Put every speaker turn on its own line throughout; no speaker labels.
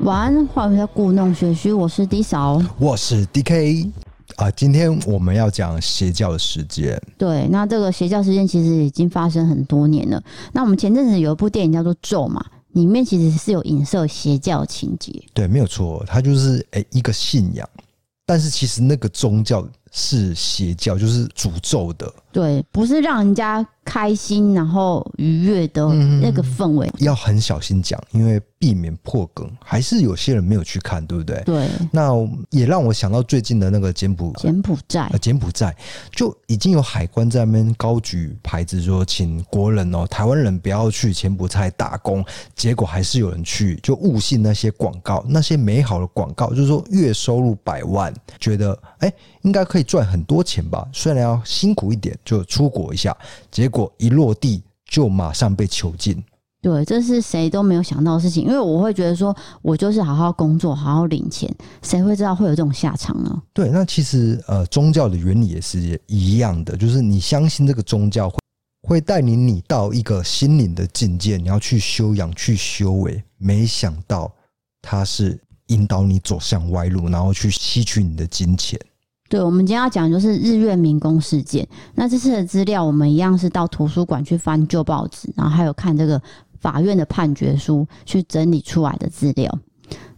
晚安，欢迎回到故弄玄虚，我是 D 嫂。
我是 DK 啊，今天我们要讲邪教的事件。
对，那这个邪教事件其实已经发生很多年了。那我们前阵子有一部电影叫做《咒》嘛，里面其实是有影射邪教情节。
对，没有错，它就是诶、一个信仰，但是其实那个宗教是邪教，就是诅咒的，
对，不是让人家开心然后愉悦的那个氛围。
要很小心讲，因为避免破梗。还是有些人没有去看，对不对？
对，
那也让我想到最近的那个柬埔
柬埔寨
呃，柬埔寨就已经有海关在那边高举牌子说，请国人哦，台湾人不要去柬埔寨打工，结果还是有人去，就误信那些广告，那些美好的广告，就是说月收入百万，觉得哎、应该可以赚很多钱吧，虽然要辛苦一点，就出国一下，结果一落地就马上被囚禁。
对，这是谁都没有想到的事情，因为我会觉得说，我就是好好工作，好好领钱，谁会知道会有这种下场呢？
对，那其实呃，宗教的原理也是一样的，就是你相信这个宗教会会带领你到一个心灵的境界，你要去修养、去修为。没想到它是引导你走向歪路，然后去吸取你的金钱。
对，我们今天要讲的就是日月民工事件。那这次的资料，我们一样是到图书馆去翻旧报纸，然后还有看这个法院的判决书，去整理出来的资料。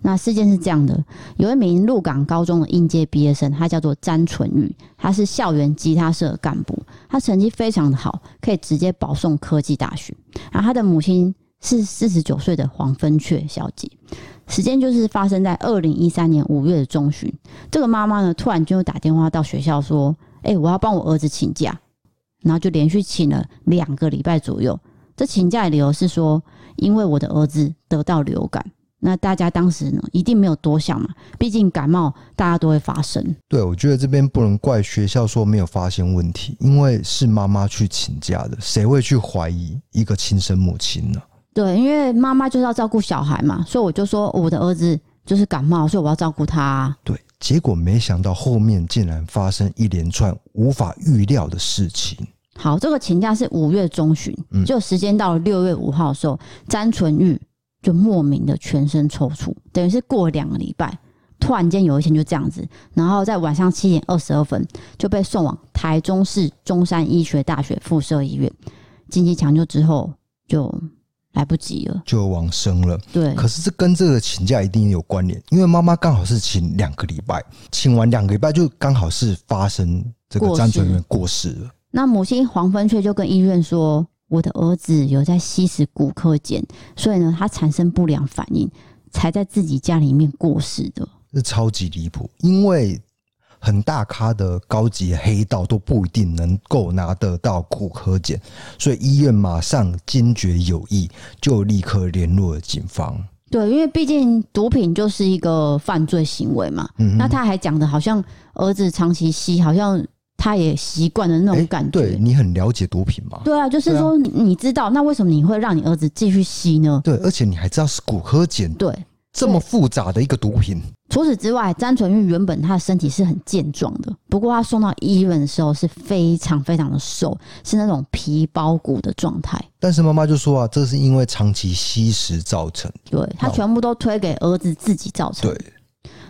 那事件是这样的，有一名鹿港高中的应届毕业生，他叫做詹纯玉，他是校园吉他社的干部，他成绩非常的好，可以直接保送科技大学。然后他的母亲是四十九岁的黄芬雀小姐，时间就是发生在二零一三年五月的中旬。这个妈妈呢，突然就打电话到学校说：“哎、我要帮我儿子请假。”然后就连续请了两个礼拜左右。这请假的理由是说，因为我的儿子得到流感。那大家当时呢，一定没有多想嘛，毕竟感冒大家都会发生。
对，我觉得这边不能怪学校说没有发现问题，因为是妈妈去请假的，谁会去怀疑一个亲生母亲呢？
对，因为妈妈就是要照顾小孩嘛，所以我就说我的儿子就是感冒，所以我要照顾他啊、
对，结果没想到后面竟然发生一连串无法预料的事情。
好，这个请假是五月中旬，就时间到了六月五号的时候，詹纯玉就莫名的全身抽搐，等于是过了两个礼拜，突然间有一天就这样子，然后在晚上七点二十二分就被送往台中市中山医学大学附设医院紧急抢救之后就来不及了，
就往生了，
对
可是这跟这个请假一定有关联，因为妈妈刚好是请两个礼拜，请完两个礼拜就刚好是发生这个
过世
张纯元过世了。
那母亲黄芬雀就跟医院说：“我的儿子有在吸食骨科碱，所以呢，他产生不良反应，才在自己家里面过世的。”
这超级离谱，因为很大咖的高级黑道都不一定能够拿得到骨科检，所以医院马上惊觉有异，就立刻联络了警方。
对，因为毕竟毒品就是一个犯罪行为嘛。那他还讲的好像儿子长期吸，好像他也习惯了那
哎
种感觉。
对你很了解毒品吗？
对啊，就是说你你知道，那为什么你会让你儿子继续吸呢？
对，而且你还知道是骨科检
对，
这么复杂的一个毒品，
除此之外，詹纯玉原本他的身体是很健壮的，不过他送到医院的时候是非常非常的瘦，是那种皮包骨的状态。
但是妈妈就说啊，这是因为长期吸食造成。
对他
好
全部都推给儿子自己造成。
对，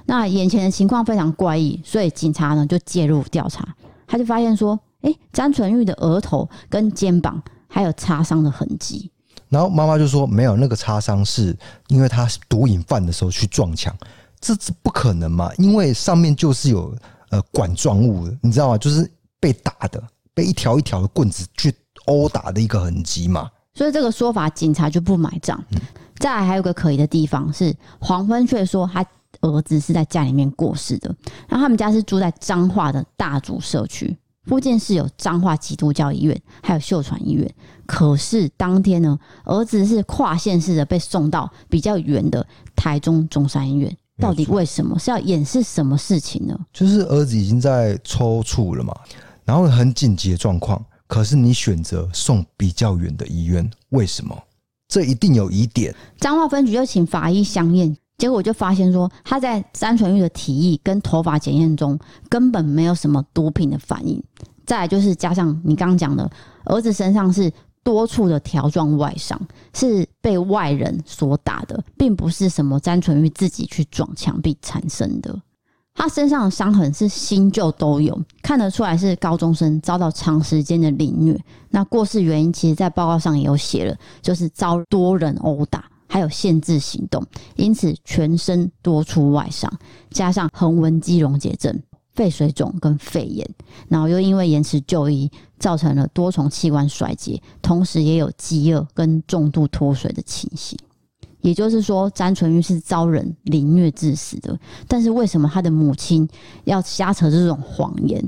那眼前的情况非常怪异，所以警察呢就介入调查，他就发现说，哎、詹纯玉的额头跟肩膀还有擦伤的痕迹。
然后妈妈就说没有那个擦伤是因为他毒瘾犯的时候去撞墙，这这不可能嘛？因为上面就是有呃管状物的，你知道吗？就是被打的，被一条一条的棍子去殴打的一个痕迹嘛。
所以这个说法警察就不买账。
嗯
再来还有个可疑的地方是，黄芬却说他儿子是在家里面过世的，然后他们家是住在彰化的大竹社区，附近是有彰化基督教医院，还有秀传医院。可是当天呢，儿子是跨县市的被送到比较远的台中中山医院，
没
到
有错
底为什么是要掩饰什么事情呢？
就是儿子已经在抽搐了嘛，然后很紧急的状况，可是你选择送比较远的医院，为什么？这一定有疑点。
彰化分局就请法医相验，结果就发现说他在詹纯玉的体液跟头发检验中根本没有什么毒品的反应。再来就是加上你刚刚讲的，儿子身上是多处的条状外伤，是被外人所打的，并不是什么詹纯玉自己去撞墙壁产生的。他身上的伤痕是新旧都有，看得出来是高中生遭到长时间的凌虐。那过世原因其实，在报告上也有写了，就是遭多人殴打，还有限制行动，因此全身多处外伤，加上横纹肌溶解症、肺水肿跟肺炎，然后又因为延迟就医，造成了多重器官衰竭，同时也有饥饿跟重度脱水的情形。也就是说，詹纯玉是遭人凌虐致死的。但是为什么他的母亲要瞎扯这种谎言？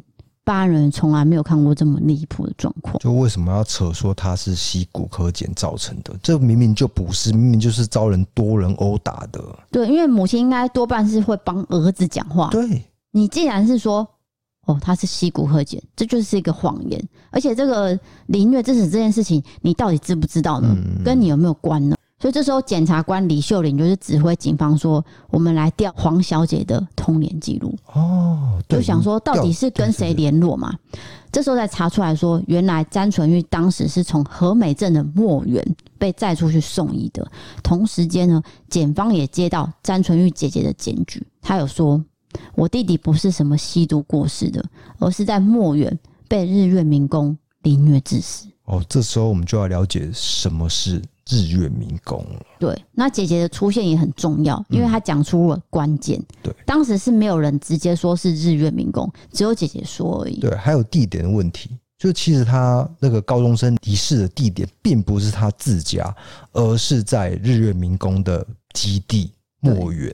办案人员从来没有看过这么离谱的状况。
就为什么要扯说他是吸骨科碱造成的？这明明就不是，明明就是遭人多人殴打的。
对，因为母亲应该多半是会帮儿子讲话。
对，
你既然是说，哦，他是吸骨科碱，这就是一个谎言。而且这个凌虐致死这件事情，你到底知不知道呢？跟你有没有关呢？所以这时候，检察官李秀玲就是指挥警方说：“我们来调黄小姐的通联记录。”
哦，对嗯
就想说到底是跟谁？联络嘛？这时候才查出来说，原来詹纯玉当时是从和美镇的墨园被载出去送医的。同时间呢，检方也接到詹纯玉姐姐的检举，她有说：“我弟弟不是什么吸毒过世的，而是在墨园被日月民工凌虐致死。”
对对对哦，这时候我们就要了解什么是日月民工
嗯
了。
对，那姐姐的出现也很重要，因为她讲出了关键。
嗯对，
当时是没有人直接说是日月民工，只有姐姐说而已。
对，还有地点的问题。就其实他那个高中生离世的地点，并不是他自家，而是在日月民工的基地墨园。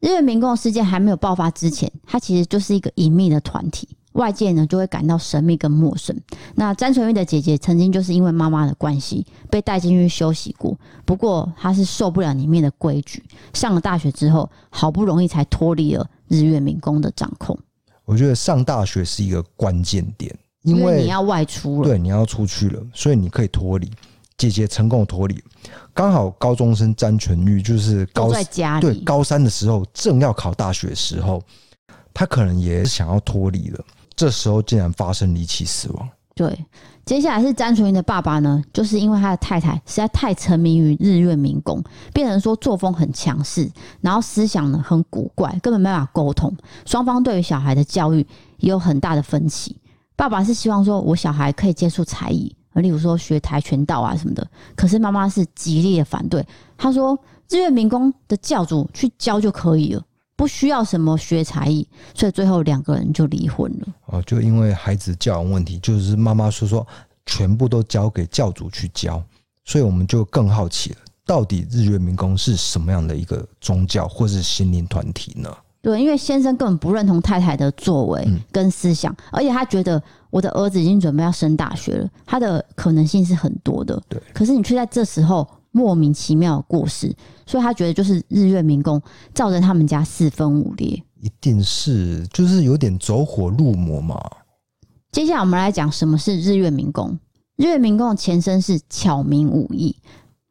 日月民共事件还没有爆发之前，它其实就是一个隐秘的团体，外界呢就会感到神秘跟陌生。那詹纯玉的姐姐曾经就是因为妈妈的关系被带进去休息过，不过她是受不了里面的规矩，上了大学之后，好不容易才脱离了日月民工的掌控，
我觉得上大学是一个关键点，因
因为
为
你要外出了。
对你要出去了，所以你可以脱离。姐姐成功地脱离，刚好高中生詹纯玉就是
都
高
在家
对
里，
高三的时候，正要考大学的时候，他可能也想要脱离了。这时候竟然发生离奇死亡，
对，接下来是詹纯云的爸爸呢，就是因为他的太太实在太沉迷于日月民工，变成说作风很强势，然后思想呢很古怪，根本没办法沟通。双方对于小孩的教育也有很大的分歧。爸爸是希望说我小孩可以接触才艺，呃例如说学跆拳道啊什么的，可是妈妈是极力的反对，她说日月民工的教主去教就可以了，不需要什么学才艺，所以最后两个人就离婚了。
哦，就因为孩子教养问题，就是妈妈说说全部都交给教主去教，所以我们就更好奇了，到底日月民工是什么样的一个宗教或是心灵团体呢？
对，因为先生根本不认同太太的作为跟思想，而且他觉得我的儿子已经准备要升大学了，他的可能性是很多的。
对，
可是你却在这时候莫名其妙的过世，所以他觉得就是日月民工造成他们家四分五裂。
一定是就是有点走火入魔嘛。
接下来我们来讲什么是日月民工。日月民工的前身是巧民武艺，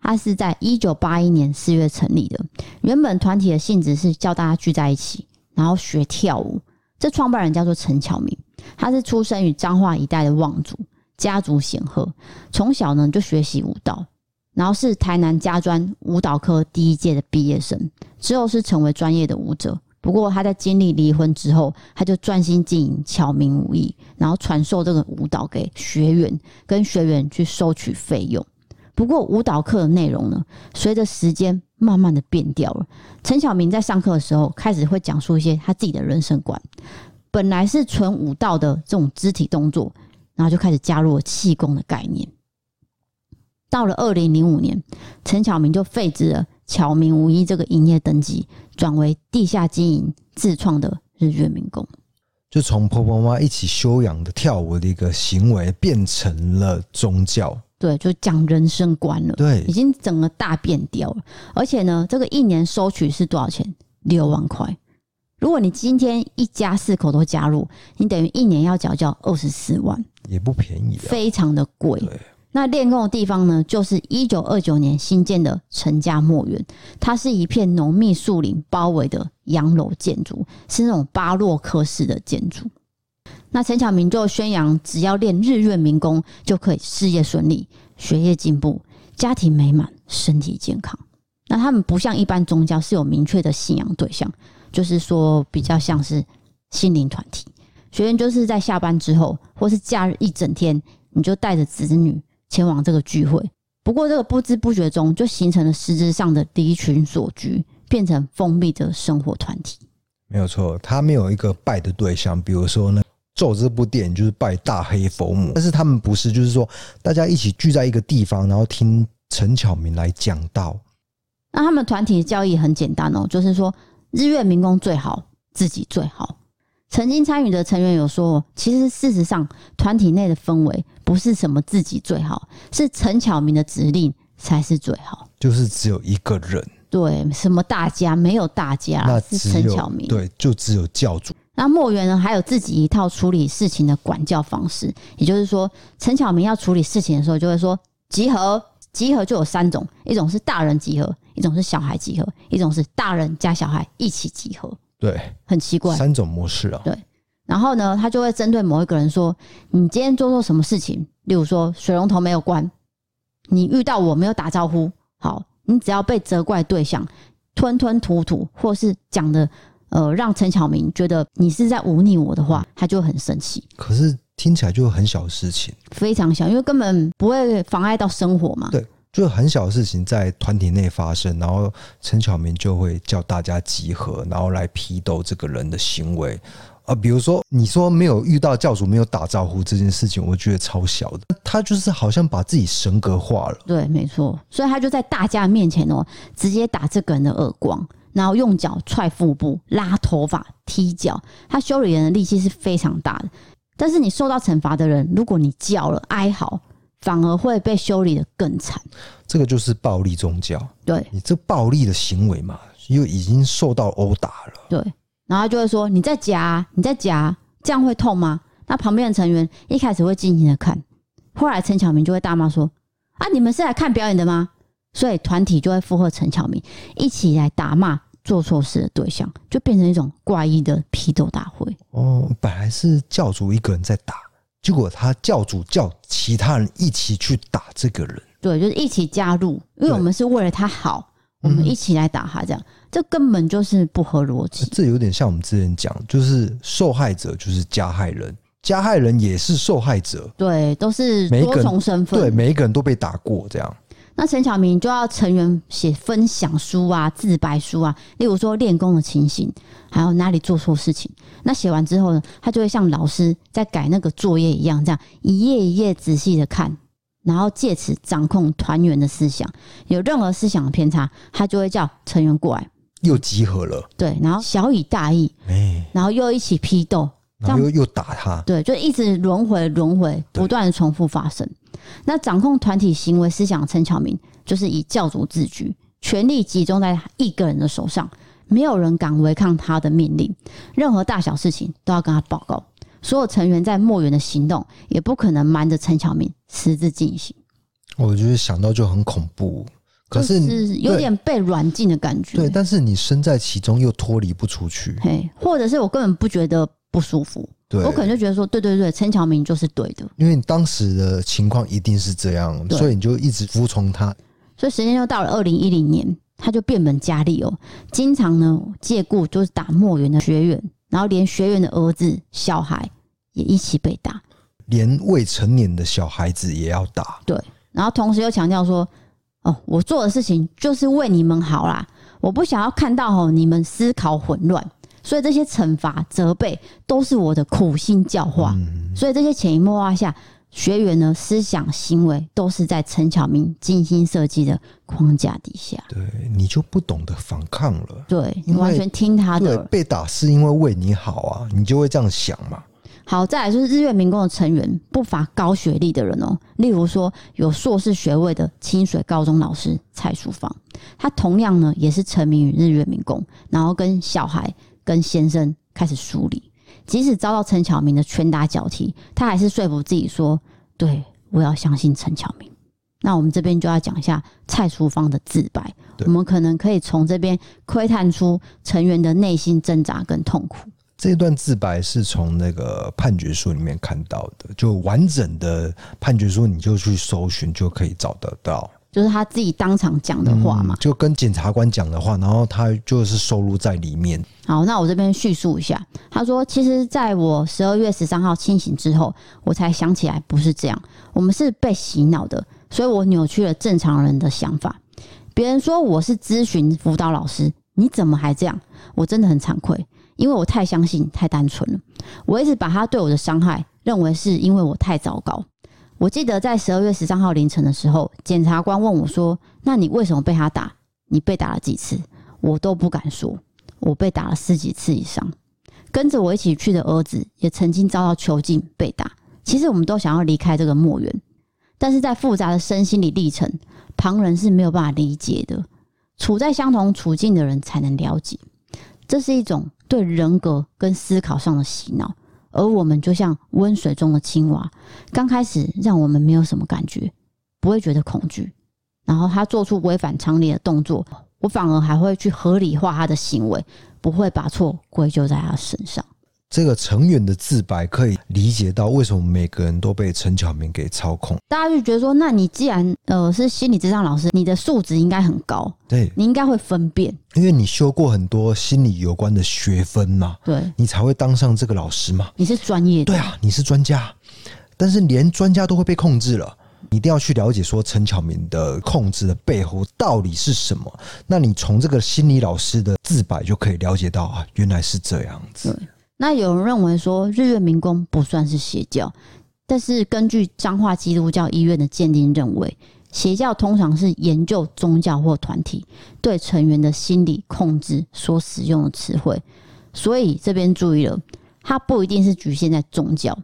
它是在一九八一年四月成立的。原本团体的性质是叫大家聚在一起，然后学跳舞。这创办人叫做陈巧明，他是出生于彰化一带的望族，家族显赫，从小呢就学习舞蹈，然后是台南家专舞蹈科第一届的毕业生，之后是成为专业的舞者。不过他在经历离婚之后，他就专心经营巧明武艺，然后传授这个舞蹈给学员，跟学员去收取费用。不过舞蹈课的内容呢，随着时间慢慢的变掉了。陈晓明在上课的时候，开始会讲述一些他自己的人生观。本来是纯舞蹈的这种肢体动作，然后就开始加入了气功的概念。到了二零零五年，陈巧明就废止了巧明无一这个营业登记，转为地下经营自创的日月民工。
就从婆婆妈妈一起修养的跳舞的一个行为，变成了宗教。
对，就讲人生观了，
对
已，经整个大变掉了。而且呢，这个一年收取是多少钱？六万块。如果你今天一家四口都加入，你等于一年要缴交二十四万，
也不便宜啊。
非常的贵
对。
那练功的地方呢，就是一九二九年新建的陈家墨园，它是一片浓密树林包围的洋楼建筑，是那种巴洛克式的建筑。那陈晓明就宣扬，只要练日月民功，就可以事业顺利、学业进步、家庭美满、身体健康。那他们不像一般宗教是有明确的信仰对象，就是说比较像是心灵团体。学员就是在下班之后，或是假日一整天，你就带着子女前往这个聚会。不过，这个不知不觉中就形成了实质上的离群所居，变成封闭的生活团体。
没有错，他没有一个拜的对象，比如说呢。咒这部电影就是拜大黑佛母，但是他们不是，就是说大家一起聚在一个地方，然后听陈巧明来讲道。
那他们团体的教义很简单哦，就是说日月民工最好，自己最好。曾经参与的成员有说，其实事实上团体内的氛围不是什么自己最好，是陈巧明的指令才是最好。
就是只有一个人，
对，什么大家没有大家
那
啦，啊是
只
陈
有
巧明。
对，就只有教主。
那墨园呢，还有自己一套处理事情的管教方式，也就是说，陈巧明要处理事情的时候，就会说集合，集合就有三种，一种是大人集合，一种是小孩集合，一种是大人加小孩一起集合，
对，
很奇怪。
三种模式啊。
然后呢，他就会针对某一个人说：“你今天做错什么事情？例如说水龙头没有关，你遇到我没有打招呼，好，你只要被责怪对象吞吞吐吐，或是讲的呃让陈巧明觉得你是在忤逆我的话，他就很生气，
可是听起来就很小的事情，
非常小，因为根本不会妨碍到生活嘛。
对就很小的事情在团体内发生，然后陈巧明就会叫大家集合，然后来批斗这个人的行为。啊，比如说你说没有遇到教主没有打招呼这件事情，我觉得超小的。他就是好像把自己神格化了。
对，没错，所以他就在大家面前哦，直接打这个人的耳光，然后用脚踹腹部、拉头发、踢脚。他修理人的力气是非常大的，但是你受到惩罚的人，如果你叫了、哀嚎，反而会被修理的更惨。
这个就是暴力宗教，
对
你这暴力的行为嘛，又已经受到殴打了。
对，然后他就会说：“你在夹啊，你在夹啊，这样会痛吗？”那旁边的成员一开始会静静的看，后来陈巧明就会大骂说：“啊，你们是来看表演的吗？”所以团体就会附和陈巧明，一起来打骂做错事的对象，就变成一种怪异的批斗大会。
哦，本来是教主一个人在打，结果他教主叫其他人一起去打这个人。
对，就是一起加入，因为
对嗯
我们是为了他好，我们一起来打他，这样、这根本就是不合逻辑。
这有点像我们之前讲，就是受害者就是加害人，加害人也是受害者，
对，都是
每一
多
个人
重身份，
对，每一个人都被打过，这样
那陈小明就要成员写分享书啊、自白书啊，例如说练功的情形，还有哪里做错事情。那写完之后呢，他就会像老师在改那个作业一样，这样一页一页仔细的看，然后借此掌控团员的思想。有任何思想的偏差，他就会叫成员过来，
又集合了，
对，然后小以大义，
哎、
然后又一起批斗，
然后又又打他，
对，就一直轮回轮回，
对
不断的重复发生。那掌控团体行为思想的陈巧明，就是以教主自居，权力集中在他一个人的手上，没有人敢违抗他的命令，任何大小事情都要跟他报告。所有成员在墨园的行动，也不可能瞒着陈巧明私自进行，
我觉得想到就很恐怖。可是
就
你、
是有点被软禁的感觉。
对，对，但是你身在其中又脱离不出去，
嘿，或者是我根本不觉得不舒服，
对，
我可能就觉得说，对对对，陈巧明就是对的。
因为你当时的情况一定是这样，
对
所以你就一直服从他。
所以时间就到了二零一零年，他就变本加厉哦，经常呢借故就是打墨园的学员，然后连学员的儿子、小孩也一起被打，
连未成年的小孩子也要打，
然后同时又强调说：“哦，我做的事情就是为你们好啦，我不想要看到哦你们思考混乱，所以这些惩罚、责备都是我的苦心教化。
嗯
所以这些潜移默化下，学员呢思想行为都是在陈巧明精心设计的框架底下。”
对，你就不懂得反抗了。
对你
因为
完全听他
对
的，。
被打是因为为你好啊，你就会这样想嘛。
好，再来就是日月民工的成员不乏高学历的人哦，例如说有硕士学位的清水高中老师蔡淑芳，她同样呢也是沉迷于日月民工，然后跟小孩跟先生开始疏离。即使遭到陈巧明的拳打脚踢，她还是说服自己说：“对我要相信陈巧明。”那我们这边就要讲一下蔡淑芳的自白，
对
我们可能可以从这边窥探出成员的内心挣扎跟痛苦。
这段自白是从那个判决书里面看到的，就完整的判决书你就去搜寻就可以找得到。嗯
就是他自己当场讲的话嘛。
就跟检察官讲的话，然后他就是收录在里面。
好，那我这边叙述一下。他说，其实在我十二月十三号清醒之后，我才想起来不是这样，我们是被洗脑的，所以我扭曲了正常人的想法。别人说我是咨询辅导老师，你怎么还这样？我真的很惭愧，因为我太相信、太单纯了。我一直把他对我的伤害认为是因为我太糟糕。我记得在十二月十三号凌晨的时候，检察官问我说：“那你为什么被他打？你被打了几次？”我都不敢说。我被打了十几次以上。跟着我一起去的儿子也曾经遭到囚禁被打。其实我们都想要离开这个墓园，但是在复杂的身心理历程，旁人是没有办法理解的。处在相同处境的人才能了解，这是一种对人格跟思考上的洗脑。而我们就像温水中的青蛙，刚开始让我们没有什么感觉，不会觉得恐惧。然后他做出违反常理的动作，我反而还会去合理化他的行为，不会把错归咎在他身上。
这个成员的自白可以理解到为什么每个人都被陈巧明给操控。
大家就觉得说，那你既然呃是心理智障老师，你的素质应该很高，
对，
你应该会分辨。
因为你修过很多心理有关的学分嘛，
对，
你才会当上这个老师嘛。
你是专业的，
对啊，你是专家，但是连专家都会被控制了。你一定要去了解说陈巧明的控制的背后到底是什么。那你从这个心理老师的自白就可以了解到啊，原来是这样子。
那有人认为说日月明宫不算是邪教，但是根据彰化基督教医院的鉴定认为，邪教通常是研究宗教或团体对成员的心理控制所使用的词汇，所以这边注意了，它不一定是局限在宗教，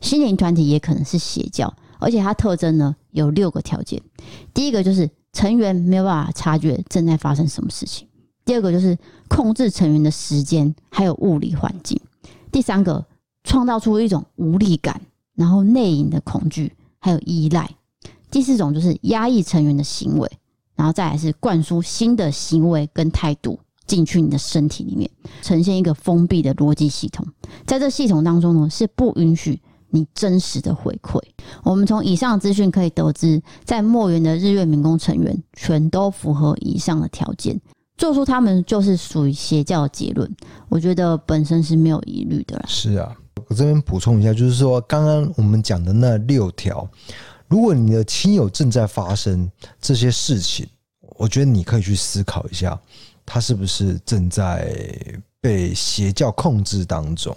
心灵团体也可能是邪教，而且它特征呢有六个条件，第一个就是成员没有办法察觉正在发生什么事情。第二个就是控制成员的时间，还有物理环境。第三个，创造出一种无力感，然后内隐的恐惧，还有依赖。第四种就是压抑成员的行为，然后再来是灌输新的行为跟态度进去你的身体里面，呈现一个封闭的逻辑系统。在这系统当中呢，是不允许你真实的回馈。我们从以上的资讯可以得知，在墨园的日月民工成员全都符合以上的条件。做出他们就是属于邪教的结论，我觉得本身是没有疑虑的啦。
是啊，我这边补充一下，就是说刚刚我们讲的那六条，如果你的亲友正在发生这些事情，我觉得你可以去思考一下，他是不是正在被邪教控制当中。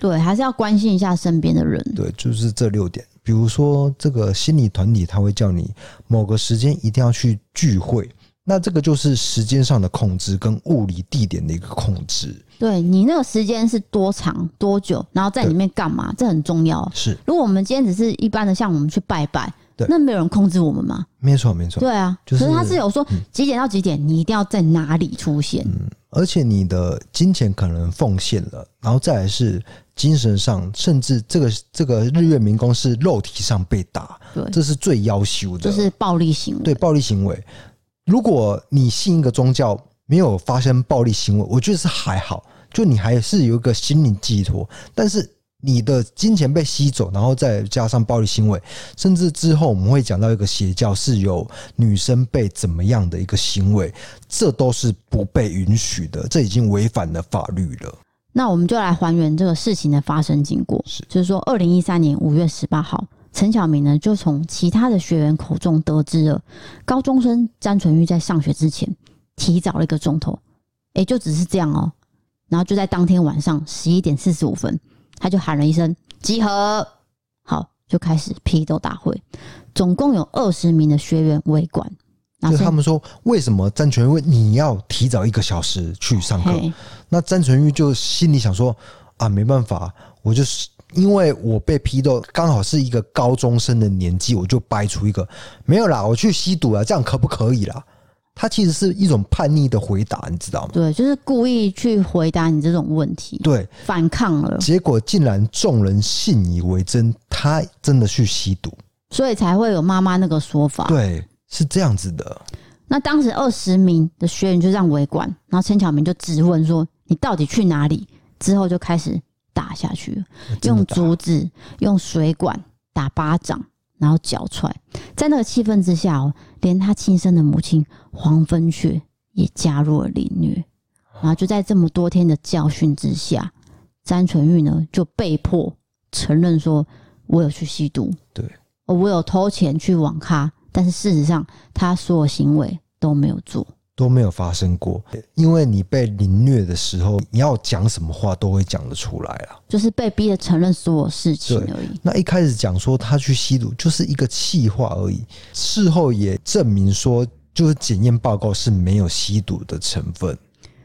对，还是要关心一下身边的人。
对，就是这六点。比如说，这个心理团体他会叫你某个时间一定要去聚会，那这个就是时间上的控制跟物理地点的一个控制。
对你那个时间是多长多久，然后在里面干嘛，这很重要。啊
是，
如果我们今天只是一般的，像我们去拜拜
对，
那没有人控制我们嘛？
没错，没错。
对啊，
就是嗯
可是他是有说几点到几点，你一定要在哪里出现。
而且你的金钱可能奉献了，然后再来是精神上，甚至这个这个日月民工是肉体上被打，
对，
这是最要求的，
就是暴力行为。
对暴力行为。如果你信一个宗教，没有发生暴力行为，我觉得是还好，就你还是有一个心灵寄托。但是你的金钱被吸走，然后再加上暴力行为，甚至之后我们会讲到一个邪教是有女生被怎么样的一个行为，这都是不被允许的，这已经违反了法律了。
那我们就来还原这个事情的发生经过。
是
就是说，二零一三年五月十八号，陈晓明呢就从其他的学员口中得知了高中生詹纯玉在上学之前提早了一个钟头，诶，就只是这样哦。然后就在当天晚上十一点四十五分，他就喊了一声“集合”，好，就开始批斗大会，总共有二十名的学员围观，然后
就是他们说，为什么詹全问你要提早一个小时去上课？
嘿
那詹纯玉就心里想说啊，没办法，我就是因为我被批斗，刚好是一个高中生的年纪，我就掰出一个没有啦，我去吸毒了，这样可不可以啦？他其实是一种叛逆的回答，你知道吗？
对，就是故意去回答你这种问题，
对，
反抗了。
结果竟然众人信以为真，他真的去吸毒，
所以才会有妈妈那个说法。
对，是这样子的，
那当时二十名的学员就这样围观，然后陈巧明就质问说：“你到底去哪里？”之后就开始打下去了，
真
用
的打
竹子、用水管打巴掌，然后脚踹。在那个气氛之下、哦，连他亲生的母亲黄芬雪也加入了凌虐。然后就在这么多天的教训之下，詹纯玉呢就被迫承认说：“我有去吸毒，
对
哦，我有偷钱去网咖。”但是事实上，他所有行为都没有做。
都没有发生过，因为你被凌虐的时候，你要讲什么话都会讲得出来啊。
就是被逼的承认所有事情
对
而已。
那一开始讲说他去吸毒，就是一个气话而已。事后也证明说，就是检验报告是没有吸毒的成分。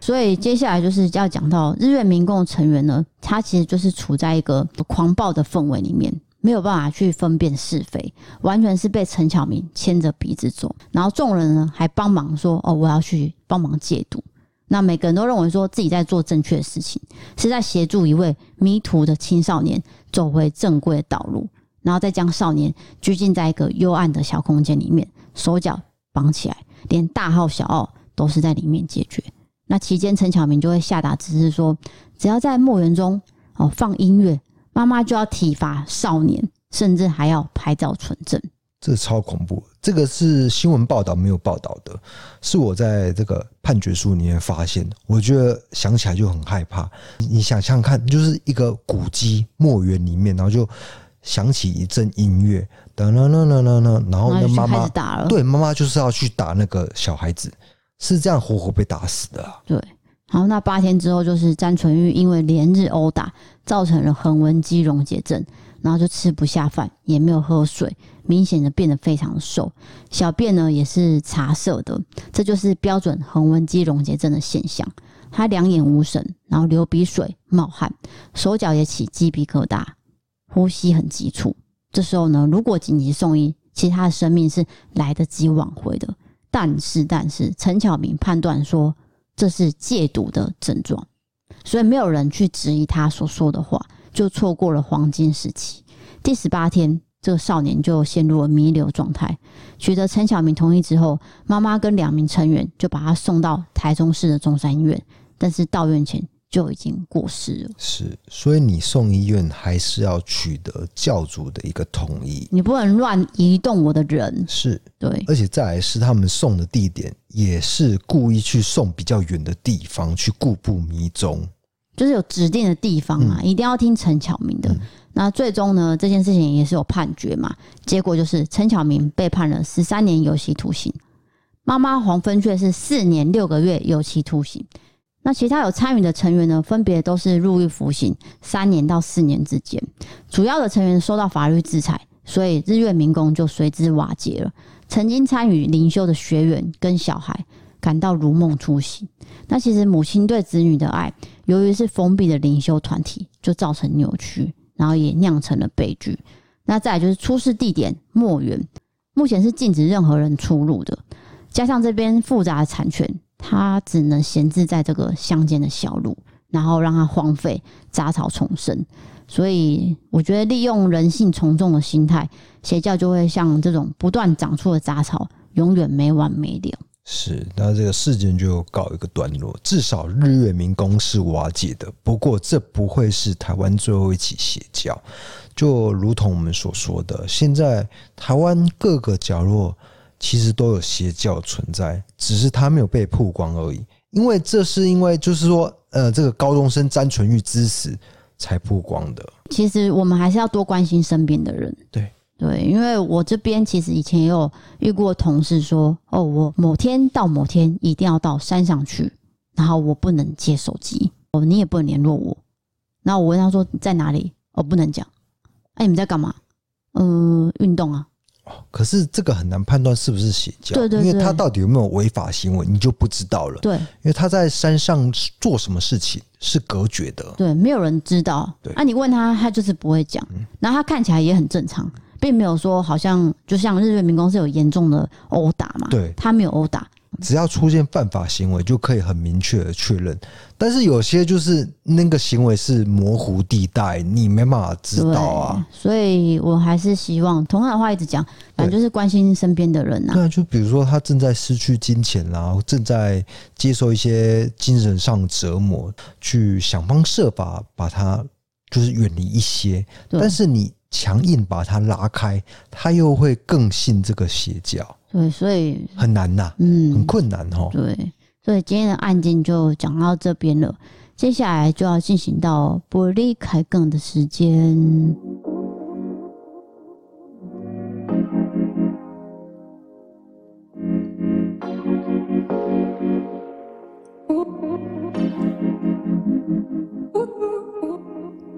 所以接下来就是要讲到日月民共成员呢，他其实就是处在一个狂暴的氛围里面，没有办法去分辨是非，完全是被陈巧明牵着鼻子走。然后众人呢还帮忙说：“哦，我要去帮忙戒毒。”那每个人都认为说自己在做正确的事情，是在协助一位迷途的青少年走回正规的道路，然后再将少年拘禁在一个幽暗的小空间里面，手脚绑起来，连大号小号都是在里面解决。那期间，陈巧明就会下达指示说，只要在墓园中哦放音乐，妈妈就要体罚少年，甚至还要拍照存证。
这超恐怖，这个是新闻报道没有报道的，是我在这个判决书里面发现的。我觉得想起来就很害怕。你想想看，就是一个古迹墓园里面，然后就响起一阵音乐，噔噔噔噔噔噔，然后
然后
那
就
妈
去开
妈
始打了。
对妈妈就是要去打那个小孩子，是这样活活被打死的、啊。
对，然后那八天之后，就是詹纯玉因为连日殴打，造成了横纹肌溶解症，然后就吃不下饭，也没有喝水，明显的变得非常瘦，小便呢也是茶色的，这就是标准横纹肌溶解症的现象。他两眼无神，然后流鼻水、冒汗，手脚也起鸡皮疙瘩，呼吸很急促。这时候呢，如果紧急送医，其实他的生命是来得及挽回的。但是，但是陈巧明判断说，这是戒毒的症状，所以没有人去质疑他所说的话，就错过了黄金时期。第十八天，这个少年就陷入了弥留状态。取得陈小明同意之后，妈妈跟两名成员就把他送到台中市的中山医院，但是到院前就已经过世了。
是，所以你送医院还是要取得教主的一个同意。
你不能乱移动我的人，
是，
对，
而且再来是他们送的地点也是故意去送比较远的地方，去故步迷踪。
就是有指定的地方嘛，一定要听陈巧明的。那最终呢，这件事情也是有判决嘛，结果就是陈巧明被判了十三年有期徒刑，妈妈黄芬雀是四年六个月有期徒刑。那其他有参与的成员呢，分别都是入狱服刑三年到四年之间。主要的成员受到法律制裁，所以日月民工就随之瓦解了。曾经参与灵修的学员跟小孩感到如梦初醒。那其实母亲对子女的爱，由于是封闭的灵修团体，就造成扭曲，然后也酿成了悲剧。那再来就是出事地点墨园，目前是禁止任何人出入的，加上这边复杂的产权，它只能闲置在这个乡间的小路，然后让它荒废、杂草丛生。所以我觉得利用人性从众的心态，邪教就会像这种不断长出的杂草，永远没完没了。
是，那这个事件就告一个段落。至少日月民工是瓦解的，不过这不会是台湾最后一起邪教。就如同我们所说的，现在台湾各个角落其实都有邪教存在，只是它没有被曝光而已。因为这是因为就是说，呃，这个高中生詹纯玉之死才曝光的。
其实我们还是要多关心身边的人。
对
对，因为我这边其实以前也有遇过同事说，哦，我某天到某天一定要到山上去，然后我不能接手机，哦，你也不能联络我。那我问他说在哪里，哦，不能讲。哎、你们在干嘛？嗯、运动啊。
可是这个很难判断是不是邪教，
对对
因为
对
他到底有没有违法行为，你就不知道了。
对
因为他在山上做什么事情是隔绝的，
对，没有人知道。
对嗯
啊，你问他，他就是不会讲。然后他看起来也很正常，并没有说好像就像日月民工是有严重的殴打嘛。
对
他没有殴打。
只要出现犯法行为就可以很明确的确认。但是有些就是那个行为是模糊地带，你没办法知
对，
道啊。
所以我还是希望，同样的话一直讲，反正就是关心身边的人呐、
对啊，就比如说他正在失去金钱啦、啊，正在接受一些精神上折磨，去想方设法把他就是远离一些。
对
但是你强硬把他拉开，他又会更信这个邪教，
对，所以
很难呐、很
嗯，
困难哦。
对，所以今天的案件就讲到这边了，接下来就要进行到玻璃开更的时间。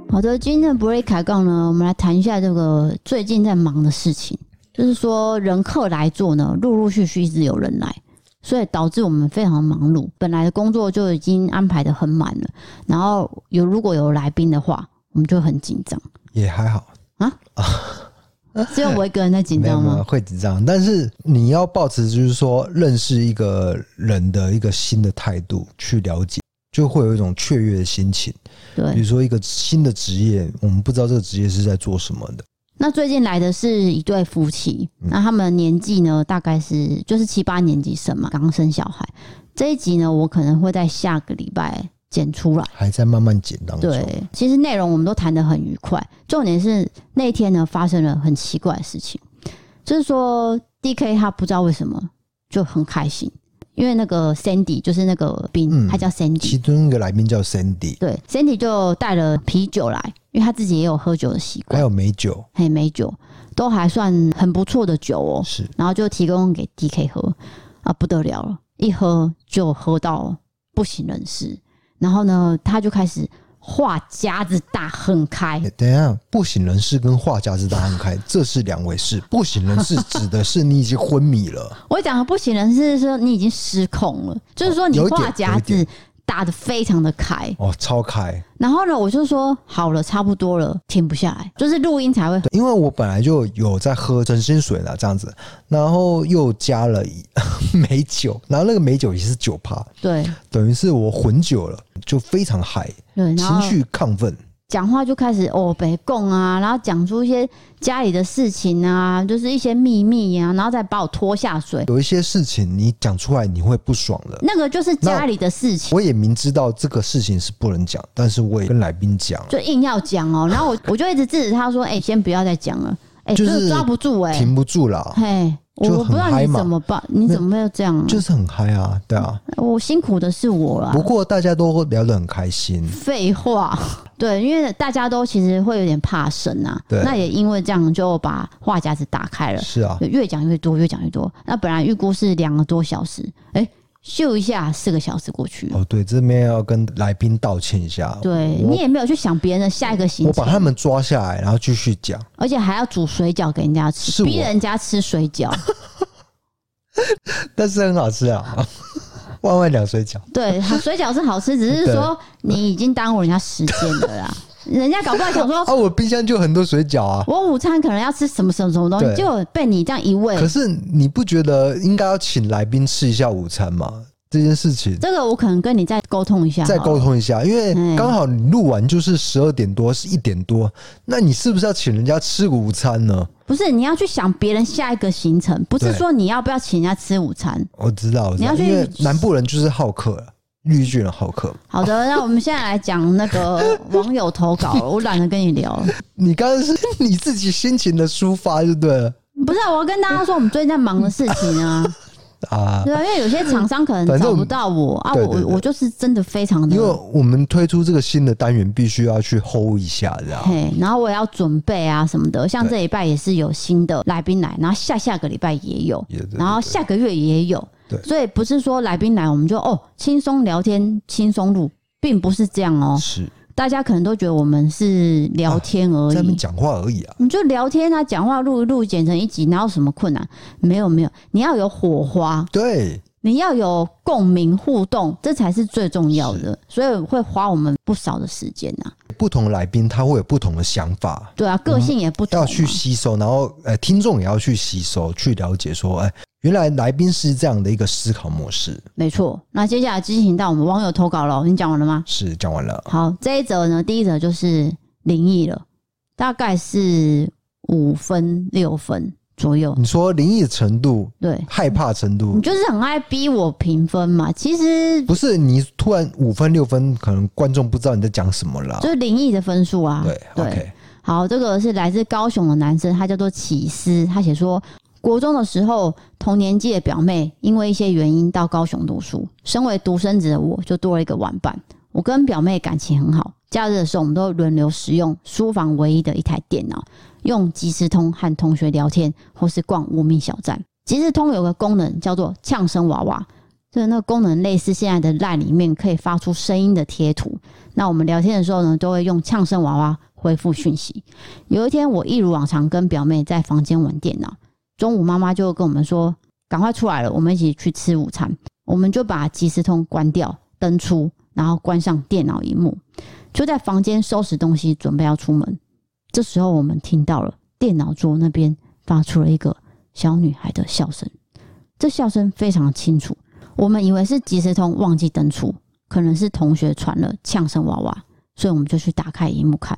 好的，今天的 break 开杠呢，我们来谈一下这个最近在忙的事情，就是说人客来做呢，陆陆续续一直有人来，所以导致我们非常忙碌。本来的工作就已经安排的很满了，然后有如果有来宾的话，我们就很紧张。
也还好，
只有我一个人在紧
没有
张
没有
吗？
会紧张，但是你要保持就是说认识一个人的一个新的态度去了解，就会有一种雀跃的心情。比
对
如。说一个新的职业，我们不知道这个职业是在做什么的，
那最近来的是一对夫妻，那他们年纪呢，大概是就是七八年级生嘛，刚生小孩。这一集呢，我可能会在下个礼拜剪出来。
还在慢慢减当中。
对，其实内容我们都谈得很愉快，重点是那一天呢发生了很奇怪的事情，就是说 D K 他不知道为什么就很开心，因为那个 Sandy 就是那个兵，
嗯
他叫 Sandy，
其中一个来宾叫 Sandy，
对，Sandy 就带了啤酒来，因为他自己也有喝酒的习
还
惯，
有美酒
嘿，美酒都还算很不错的酒哦、
是
然后就提供给 DK 喝啊，不得了了，一喝就喝到不省人事。然后呢，他就开始话夹子大很开
欸，等一下，不省人事跟画家是大分开，这是两回事。不省人事指的是你已经昏迷了，
我讲的不省人事是说你已经失控了，就是说你
有一点
话夹
有一
子打得非常的开。
哦，超开。
然后呢，我就说好了，差不多了，停不下来，就是录音才会
对因为我本来就有在喝整心水啦，这样子，然后又加了一 美酒，然后那个美酒也是酒趴，
对
等于是我混酒了，就非常嗨，
对，然
情
后
绪亢奋。
讲话就开始哦北共啊，然后讲出一些家里的事情啊，就是一些秘密啊，然后再把我拖下水。
有一些事情你讲出来你会不爽的，
那个就是家里的事情，
我也明知道这个事情是不能讲，但是我也跟来宾讲，
就硬要讲哦、然后我我就一直制止他说：“哎、先不要再讲了。哎，
就是
真的抓不住哎、
停不住啦，
嘿，我
就
我不知道
很嗨
你
嘛
怎么办，你怎么会这样、啊？
就是很嗨啊，对啊。
我辛苦的是我啦
不。过大家都聊得很开心，
废话， 对，因为大家都其实会有点怕生啊。
对
那也因为这样就把话匣子打开了，
是啊，
对越讲越多，越讲越多。那本来预估是两个多小时，哎、秀一下四个小时过去了。
哦对，这边要跟来宾道歉一下，
对你
我
也没有去想别人的下一个行
我把
程，
他们抓下来，然后继续讲，
而且还要煮水饺给人家
是
吃，
我
逼人家吃水 饺。
但是很好吃啊， 万万两水饺，
对，好水饺是好吃，只是说你已经耽误人家时间了啦。人家搞不好想 说，
啊，我冰箱就很多水饺啊。
我午餐可能要吃什么什么什么东西，
对
结果被你这样一问
可，是你不觉得应该要请来宾吃一下午餐吗？这件事情
这个我可能跟你再沟通一下好
再
了。
沟通一下，因为
啊嗯
刚好你录完就是十二点多，是一点多，那你是不是要请人家吃午餐呢？
不是你要去想别人下一个行程，不是
对
说你要不要请人家吃午餐。
我知道，我知
你
道，
要去
因为南部人就是好客，绿巨人好客。
好的， 那我们现在来讲那个网友投稿了，我懒得跟你聊了。
你刚刚是你自己心情的抒发就对了
不是啊、我要跟大家说我们最近在忙的事情啊，
啊，
对啊，因为有些厂商可能
反正
找
我
不
们
到我啊，
对
我
对对
我就是真的非常的
因为我们推出这个新的单元，必须要去 hold 一下，这样。
嘿，然后我也要准备啊什么的，像
对
这礼拜也是有新的来宾来，然后下下个礼拜也有，
也对对
然后
对
下个月也有，
对
所以不是说来宾来我们就哦轻松聊天轻松录，并不是这样哦，
是啊
大家可能都觉得我们是聊天而
在那
已。
边讲话而已啊，
你就聊天啊，讲话录一录，剪成一集，哪有什么困难？没有没有，你要有火花，
对，
你要有共鸣互动，这才是最重要的。所以会花我们不少的时间呐、
不同的来宾他会有不同的想法，
对啊，个性也不同、
要
嘛。
去吸收，然后呃，听众也要去吸收，去了解说，哎、原来来宾是这样的一个思考模式。
没错，那接下来进行到我们网友投稿了，你讲完了吗？
是讲完了，
好，这一则呢，第一则就是灵异了，大概是五分六分左右。
你说灵异程度、
对，
害怕程
嗯你
度，
就是很爱逼我评分嘛，其实
不是你突然五分六分，可能观众不知道你在讲什么啦
就。是灵异的分数啊。
对 o k
好，这个是来自高雄的男生，他叫做启思，他写说。国中的时候，同年纪的表妹因为一些原因到高雄读书，身为独生子的我就多了一个玩伴。我跟表妹感情很好，假日的时候我们都轮流使用书房唯一的一台电脑，用即时通和同学聊天，或是逛无名小站。即时通有个功能叫做呛声娃娃，就是那个功能类似现在的 LINE 里面可以发出声音的贴图。那我们聊天的时候呢，都会用呛声娃娃回复讯息。有一天，我一如往常跟表妹在房间玩电脑。中午妈妈就跟我们说，赶快出来了，我们一起去吃午餐。我们就把即时通关掉，登出，然后关上电脑荧幕，就在房间收拾东西，准备要出门。这时候我们听到了电脑桌那边发出了一个小女孩的笑声，这笑声非常清楚，我们以为是即时通忘记登出，可能是同学传了呛声娃娃，所以我们就去打开荧幕看。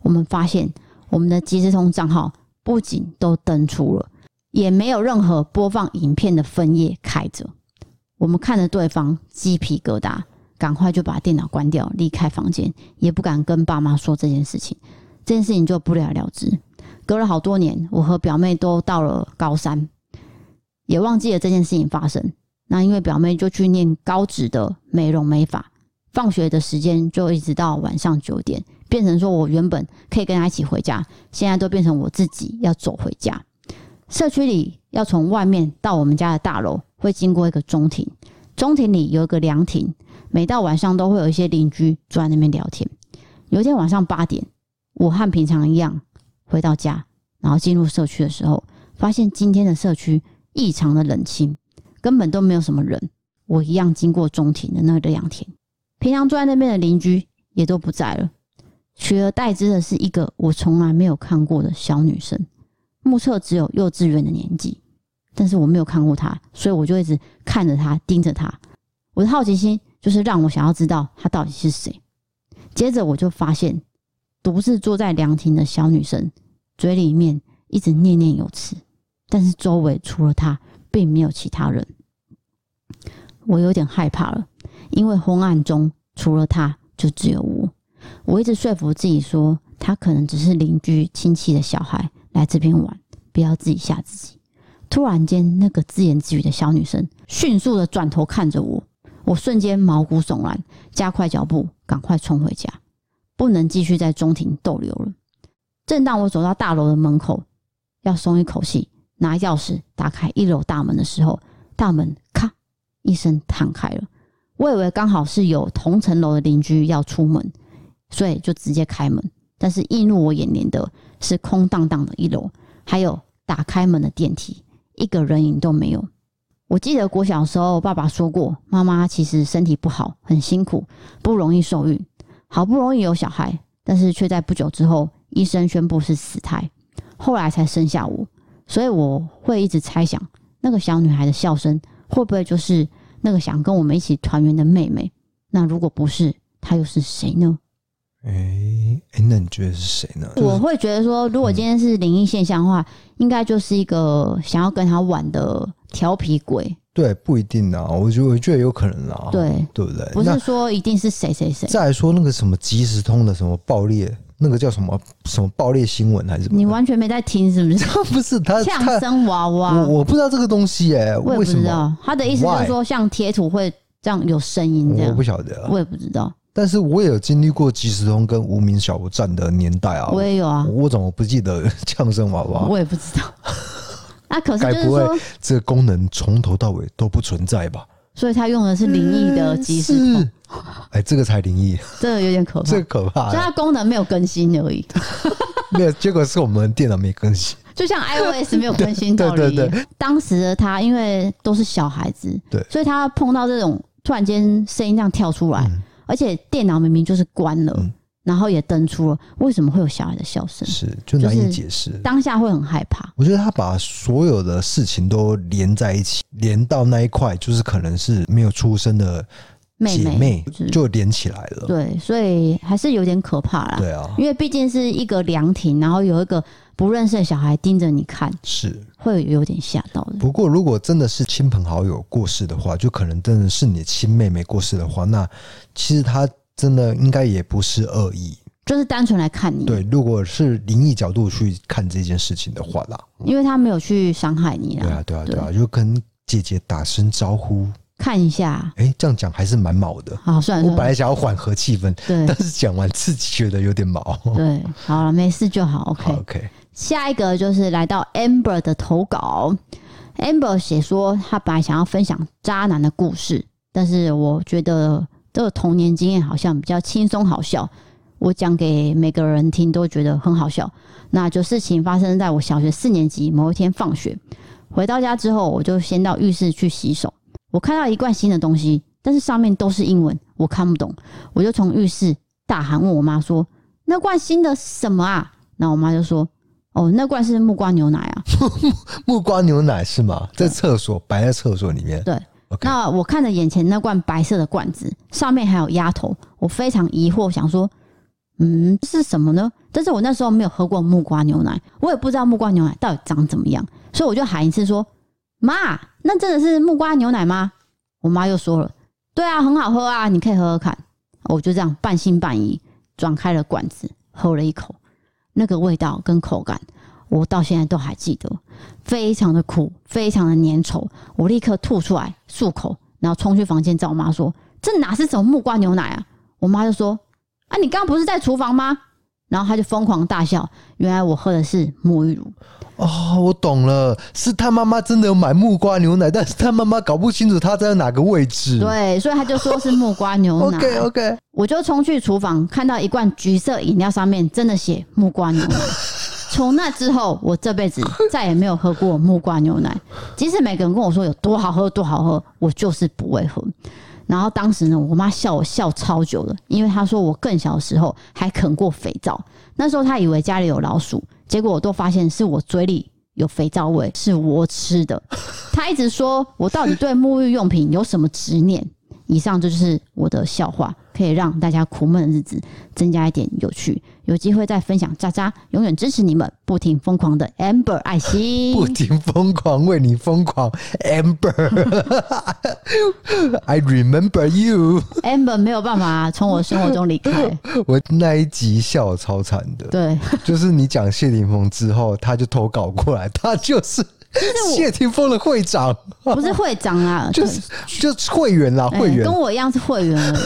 我们发现我们的即时通账号不仅都登出了。也没有任何播放影片的分页开着。我们看着对方鸡皮疙瘩，赶快就把电脑关掉，离开房间，也不敢跟爸妈说这件事情。这件事情就不了了之。隔了好多年，我和表妹都到了高三，也忘记了这件事情发生。那因为表妹就去念高职的美容美发，放学的时间就一直到晚上九点，变成说我原本可以跟她一起回家，现在都变成我自己要走回家。社区里要从外面到我们家的大楼，会经过一个中庭，中庭里有一个凉亭，每到晚上都会有一些邻居坐在那边聊天。有一天晚上八点，我和平常一样回到家，然后进入社区的时候，发现今天的社区异常的冷清，根本都没有什么人。我一样经过中庭的那个凉亭，平常坐在那边的邻居也都不在了，取而代之的是一个我从来没有看过的小女生。目测只有幼稚园的年纪，但是我没有看过他，所以我就一直看着他，盯着他。我的好奇心就是让我想要知道他到底是谁。接着我就发现，独自坐在凉亭的小女生嘴里面一直念念有词，但是周围除了她，并没有其他人。我有点害怕了，因为昏暗中除了她，就只有我。我一直说服自己说，她可能只是邻居亲戚的小孩。来这边玩，不要自己吓自己。突然间，那个自言自语的小女生迅速的转头看着我，我瞬间毛骨悚然，加快脚步，赶快冲回家，不能继续在中庭逗留了。正当我走到大楼的门口，要松一口气，拿钥匙打开一楼大门的时候，大门咔一声弹开了。我以为刚好是有同层楼的邻居要出门，所以就直接开门。但是映入我眼帘的是空荡荡的一楼，还有打开门的电梯，一个人影都没有。我记得国小时候，爸爸说过，妈妈其实身体不好，很辛苦，不容易受孕。好不容易有小孩，但是却在不久之后，医生宣布是死胎，后来才生下我。所以我会一直猜想，那个小女孩的笑声会不会就是那个想跟我们一起团圆的妹妹？那如果不是，她又是谁呢？
哎、哎，那你觉得是谁呢？
我会觉得说，如果今天是灵异现象的话，应该就是一个想要跟他玩的调皮鬼，
对，不一定啊，我觉得我觉得有可能啊，
对，
对不对？
不
那
是说一定是谁谁谁。
再来说那个什么即时通的什么爆裂，那个叫什么什么爆裂新闻还是什么的？
你完全没在听是不是？
他不是 他
像
他
生娃娃，
我我不知道这个东西哎、
我也不
为什
知
么？
道。他的意思就是说，像贴图会这样有声音这
我
样
不，晓得啊，
我也不知道，
但是我也有经历过即时通跟无名小站的年代啊，
我也有啊，
我怎么不记得 呛声娃娃
我也不知 道。那可是
该
就是
不会
说，
这个功能从头到尾都不存在吧？
所以他用的是灵异的呃即时通，
是，哎，这个才灵异，
这个有点可怕。
这
所
个可怕
以
欸、
它功能没有更新而 已，
没有，结果是我们电脑没更新。
就像 iOS 没有更新
对
道理
对
一样
对。对，
当时的他因为都是小孩子，
对
所以他碰到这种突然间声音这样跳出来，
嗯
而且电脑明明就是关了，
嗯
然后也登出了，为什么会有小孩的笑声？
是就难
就是
以解释。
当下会很害怕，
我觉得他把所有的事情都连在一起，连到那一块，就是可能是没有出生的
妹
姐妹
就是
就连起来了。
对，所以还是有点可怕啦。
对啊，
因为毕竟是一个凉亭，然后有一个不认识的小孩盯着你看，
是。
会有点吓到的。
不过，如果真的是亲朋好友过世的话，就可能真的是你亲妹妹过世的话，那其实她真的应该也不是恶意，
就是单纯来看你，
对，如果是灵异角度去看这件事情的话啦，
因为他没有去伤害你
对啊，对啊，对啊，就跟姐姐打声招呼。
看一下，
哎、这样讲还是蛮毛的。
好，算了
我
算
本
了，
来想要缓和气氛，
对
但是讲完自己觉得有点毛。
对，好了，没事就好，OK
好。OK，
下一个就是来到 Amber 的投稿，Amber 写说她本来想要分享渣男的故事，但是我觉得这个童年经验好像比较轻松好笑，我讲给每个人听都觉得很好笑。那就事情发生在我小学四年级某一天放学，回到家之后，我就先到浴室去洗手，我看到一罐新的东西，但是上面都是英文，我看不懂，我就从浴室大喊问我妈说：“那罐新的是什么啊？”然后我妈就说：“哦，那罐是木瓜牛奶啊。
木瓜牛奶是吗？在厕所摆在厕所里面。
对
OK
那我看着眼前那罐白色的罐子，上面还有鸭头，我非常疑惑，想说，嗯，这是什么呢？但是我那时候没有喝过木瓜牛奶，我也不知道木瓜牛奶到底长怎么样，所以我就喊一次说：“妈，那真的是木瓜牛奶吗？”我妈又说了：“对啊，很好喝啊，你可以喝喝看。”我就这样半信半疑转开了罐子，喝了一口，那个味道跟口感，我到现在都还记得。非常的苦，非常的粘稠，我立刻吐出来漱口，然后冲去房间找我妈说：“这哪是什么木瓜牛奶啊？”我妈就说：“啊，你刚刚不是在厨房吗？”然后她就疯狂大笑，原来我喝的是沐浴乳。
哦，我懂了，是他妈妈真的有买木瓜牛奶，但是他妈妈搞不清楚他在哪个位置。
对，所以她就说是木瓜 牛奶。
，OK OK，
我就冲去厨房，看到一罐橘色饮料上面真的写木瓜牛奶。从那之后，我这辈子再也没有喝过木瓜牛奶。即使每个人跟我说有多好喝、多好喝，我就是不会喝。然后当时呢，我妈笑我笑超久了，因为她说我更小的时候还啃过肥皂，那时候她以为家里有老鼠，结果我都发现是我嘴里有肥皂味，是我吃的。她一直说我到底对沐浴用品有什么执念。以上就是我的笑话，可以让大家苦闷的日子增加一点有趣。有机会再分享渣渣，永远支持你们，不停疯狂的 Amber 爱心。
不停疯狂为你疯狂，Amber，I remember you。
Amber 没有办法从我生活中离 开，
我那一集笑得超惨的，
对，
就是你讲谢霆锋之后，他就投稿过来，他就是
我
谢霆锋的会长，
不是会长啊，
就是就是会员啦，
哎
会员
跟。我一样是会员 而已。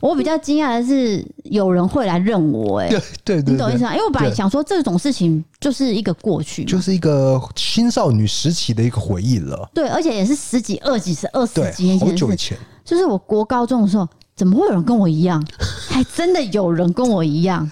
我比较惊讶的是，有人会来认我、哎
对，对对
你懂意
对
思，吗？因为我本来
对
想说这种事情就是一个过去嘛，
就是一个青少女时期的一个回忆了。
对，而且也是十几、二几、十二十
对
几年，
好
前的
久以
事，
前，
就是我国高中的时候，怎么会有人跟我一 样？还真的有人跟我一样，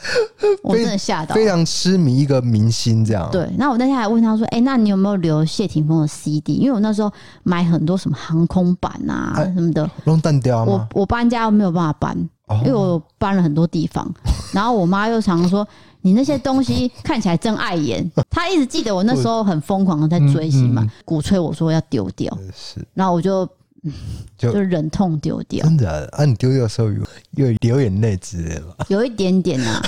我真的吓到。
非常痴迷一个明星这样。
对，那我那天还问他说：“哎、那你有没有留谢霆锋的 CD？” 因为我那时候买很多什么航空版啊
哎
什么的，
弄蛋雕
我
吗？
我搬家没有办法搬，
哦
因为我搬了很多地 方，然后我妈又常说你那些东西 看起来真碍 眼，她一直记得我那时候很疯狂的在追星
嗯
嘛，鼓吹我说要丢掉，
是
然后我就嗯
就
就忍痛丢掉，
真的啊啊！你丢掉的时候有有流眼泪之类的吗？
有一点点 啊，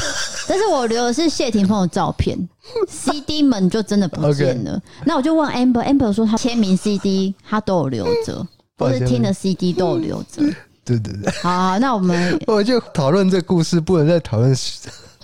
但是我留的是谢霆锋的照片，CD 们就真的不见 了。那我就问 Amber，Amber 说他签名 CD 他都有留着，
抱
或
歉
是听的 CD 都有留 着。
对对对，
好啊、那我们
我就讨论这故事，不能再讨论。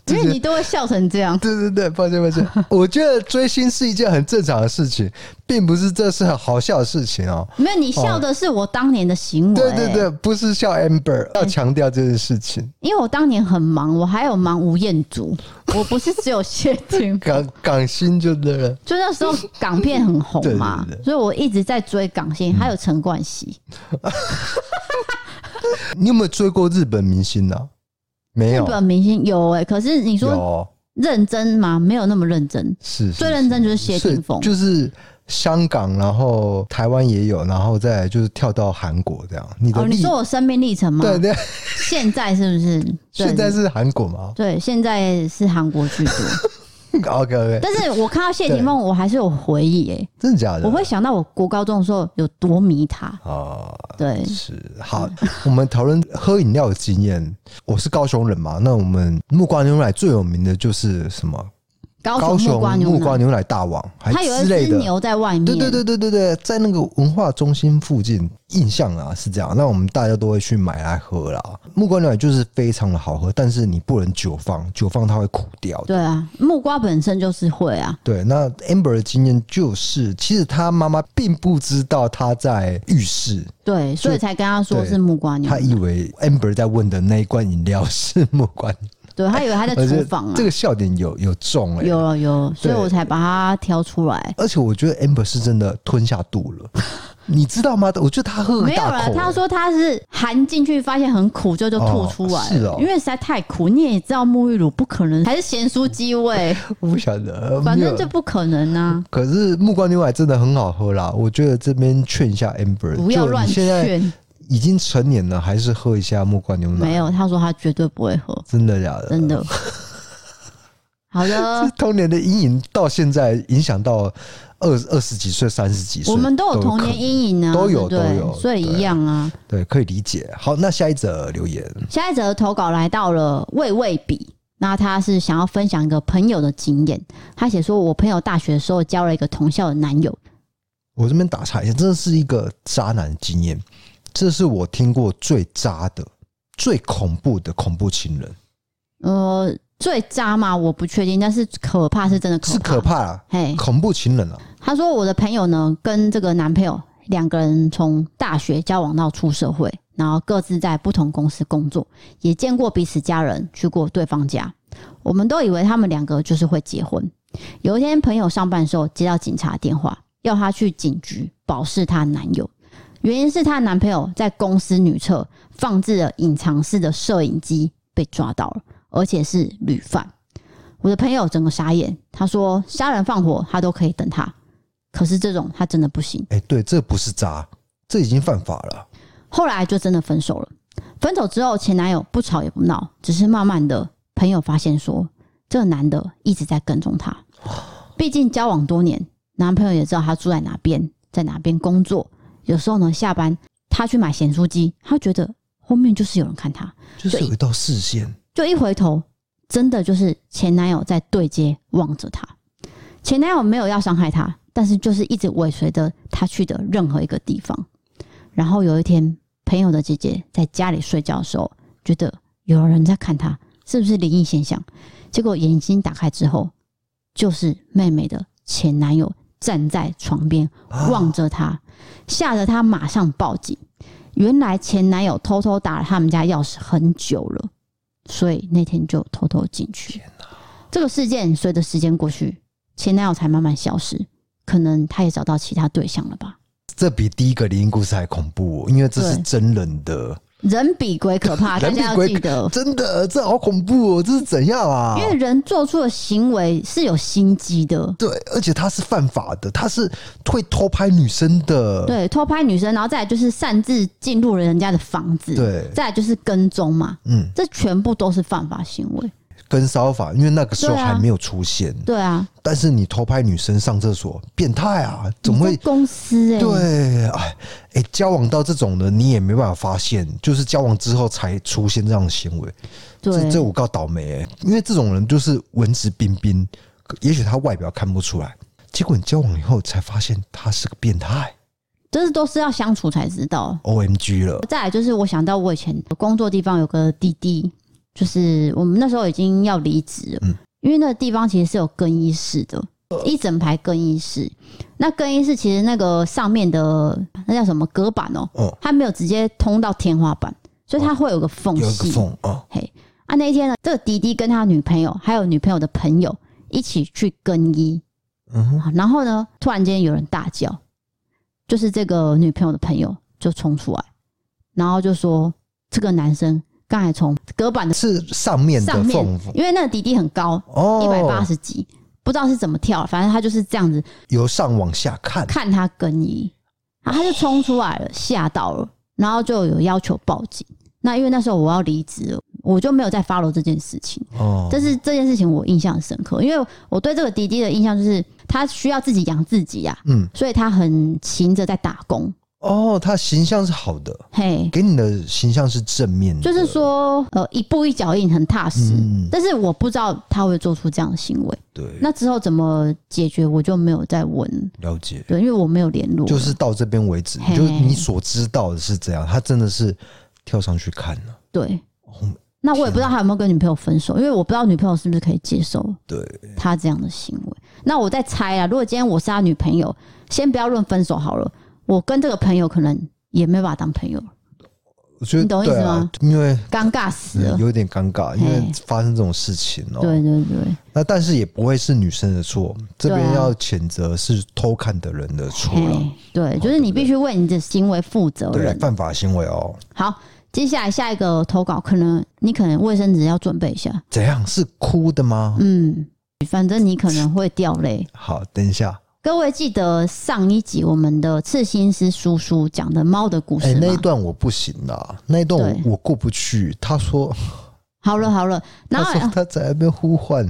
因为你都会笑成这样。
对对对，抱歉抱歉， 我觉得追星是一件很正常的事情，并不是这是很好笑的事情哦。
没有，你笑的是我当年的行为、
对对对，不是笑 Amber，要强调这件事情。
因为我当年很忙，我还有忙吴彦 祖，我不是只有谢霆锋。
港港星就对了，
就那时候港片很红嘛，
对对对嗯
所以我一直在追港星，还有陈冠希。
你有没有追过日本明星呢、啊？没
日
有，
本明星有哎、可是你说
有
认真吗？没有那么认真。
是是
最认真就是谢霆锋
是就是香港，然后台湾也有，然后再来就是跳到韩国这样。你的
哦，你
历、
说我生命历程吗？
对对，
现在是不是？对
现在是韩国吗
对，现在是韩国居 多。
？OK OK，
但是我看到谢霆锋，我还是有回忆诶、
真的假的？
我会想到我国高中的时候有多迷他。
啊。
对，
是好，我们讨论喝饮料的经验。我是高雄人嘛，那我们木瓜牛奶最有名的就是什么
高
高
雄木
雄
瓜
木
牛
瓜
奶，
牛奶大王还
它有
之
一
类
只
的。
牛在外面，
对对对对对对，在那个文化中心附近，印象啊是这样。那我们大家都会去买来喝啦。木瓜牛奶就是非常的好喝，但是你不能久放，久放它会苦掉的。
对啊，木瓜本身就是会啊，
对，那 Amber 的经验就是，其实她妈妈并不知道她在浴室，
对，所以才跟他说
对
是木瓜牛
她
奶，
以为 Amber 在问的那一罐饮料是木瓜牛奶。
对他以为他在
而且
厨房啊
这，个笑点有有中哎、
有了有了，所以
对
我才把它挑出来。
而且我觉得 Amber 是真的吞下肚 了，你知道吗？我觉得她喝
没
了
有
大
了，
口、欸
他说他是含进去发现很苦，就就吐出来了，
哦是哦
因为实在太苦。你也知道沐浴乳不可能，还是咸酥鸡 味，
我不晓得，
反
没
正
有
这不可能啊！
可是木瓜牛奶真的很好喝啦，我觉得这边劝一下 Amber，
不要乱
就你现在
劝。
已经成年了，还是喝一下木瓜牛奶，
没有，他说他绝对不会喝，
真的假的？
真的。好
呃 这
的，
童年的阴影到现在影响到二二十几岁、三十几岁，
我们都有童
可
年阴影啊，
都有
对不对
都有
所以一样啊。
对，可以理解。好，那下一则留言，
下一则投稿来到了魏魏比，那他是想要分享一个朋友的经验。他写说，我朋友大学的时候交了一个同校的男友，
我这边打岔一下，真的是一个渣男的经验，这是我听过最渣的、最恐怖的恐怖情人，
呃，最渣嘛，我不确定，但是可怕是真的可怕，
是可。怕啦，
嘿，
恐怖情人啊，
他说我的朋友呢，跟这个男朋友两个人从大学交往到出社会，然后各自在不同公司工作，也见过彼此家人，去过对方家。我们都以为他们两个就是会结婚。有一天，朋友上班的时候接到警察电话，要她去警局保释她男友。原因是她男朋友在公司女厕放置了隐藏式的摄影机，被抓到了，而且是屡犯。我的朋友整个傻眼，他说杀人放火他都可以等他，可是这种他真的不行。
哎、对，这不是渣，这已经犯法了。
后来就真的分手了。分手之后，前男友不吵也不闹，只是慢慢的，朋友发现说，这个男的一直在跟踪她。毕竟交往多年，男朋友也知道她住在哪边，在哪边工作。有时候呢，下班她去买咸酥鸡，她觉得后面就是有人看她，
就是有一道视线，
就一回头，真的就是前男友在对街望着她。前男友没有要伤害她，但是就是一直尾随着她去的任何一个地方。然后有一天，朋友的姐姐在家里睡觉的时候，觉得有人在看她，是不是灵异现象？结果眼睛打开之后，就是妹妹的前男友站在床边
啊
望着她，吓得她马上报警。原来前男友偷偷打了他们家钥匙很久了。所以那天就偷偷进去。这个事件随着时间过去，前男友才慢慢消失，可能他也找到其他对象了吧。
这比第一个灵异故事还恐怖、哦，因为这是
对
真人的，
人比鬼可 怕，大
人比
家要
鬼
记得，
真的，这好恐怖哦！这是怎样啊？
因为人做出的行为是有心机的。
对，而且他是犯法的，他是会偷拍女生的，
对，偷拍女生，然后再来就是擅自进入了人家的房子，
对
再来就是跟踪嘛，
嗯，
这全部都是犯法行为。
跟骚法，因为那个时候
对啊
还没有出现。
对啊，
但是你偷拍女生上厕所，变态啊！怎么
你
会
在？公司哎、
对，哎哎，交往到这种的，你也没办法发现，就是交往之后才出现这样的行为。这这
对
我告倒霉、欸，因为这种人就是文质彬彬，可也许他外表看不出来，结果你交往以后才发现他是个变态
这都是要相处才知道。
，O M G 了。
再来就是我想到我以前工作地方有个弟弟，就是我们那时候已经要离职了，
嗯呃
因为那个地方其实是有更衣室的，一整排更衣室。那更衣室其实那个上面的那叫什么隔板哦、
哦，
它没有直接通到天花板，所以它会有个缝
有一个
隙。
缝哦，
嘿，啊，那一天呢，这个迪迪跟他女朋友还有女朋友的朋友一起去更衣，
嗯哼，
然后呢，突然间有人大叫，就是这个女朋友的朋友就冲出来，然后就说这个男生刚才从隔板的
是上面的
上面
缝，
因为那个迪迪很高，
哦，
一百八十几，不知道是怎么跳，反正他就是这样子
由上往下看，
看他更衣，然后他就冲出来了，吓到了，然后就有要求报警。那因为那时候我要离职了，我就没有再 follow 这件事情。
哦，
但是这件事情我印象很深刻，因为我对这个迪迪的印象就是他需要自己养自己啊，
嗯，
所以他很勤着在打工，
哦，他形象是好的，
嘿，
给你的形象是正面的，
就是说呃一步一脚印很踏实。
嗯，
但是我不知道他会做出这样的行为，
对，
那之后怎么解决我就没有再问，
了解，
对，因为我没有联络了，
就是到这边为止，
嘿
就是你所知道的是这样，他真的是跳上去看了，
对
哦。
那我也不知道他有没有跟女朋友分手，因为我不知道女朋友是不是可以接受
对，
他这样的行为。那我在猜啊，如果今天我是他女朋友，先不要论分手好了，我跟这个朋友可能也没有把他当朋友，
我觉得
你懂意思
对啊
吗？
因为
尴尬死了。
有点尴尬，因为
嘿
发生这种事情哦、
对对对，
那但是也不会是女生的错，这
对
边
啊
要谴责是偷看的人的错了哦
嘿，，嗯对，就是你必须为你的行为负责
对
任，。
犯法行为哦、
好，接下来下一个投稿，可能你可能卫生纸要准备一下，
怎样是哭的吗？
嗯，反正你可能会掉 泪。
好，等一下，
各位记得上一集我们的刺心师叔叔讲的猫的故
哎、
事
那
吗？
一段我不行啦，那一段
对
我我过不去。他说，
好了好了，然
他
后
说他在那边呼唤，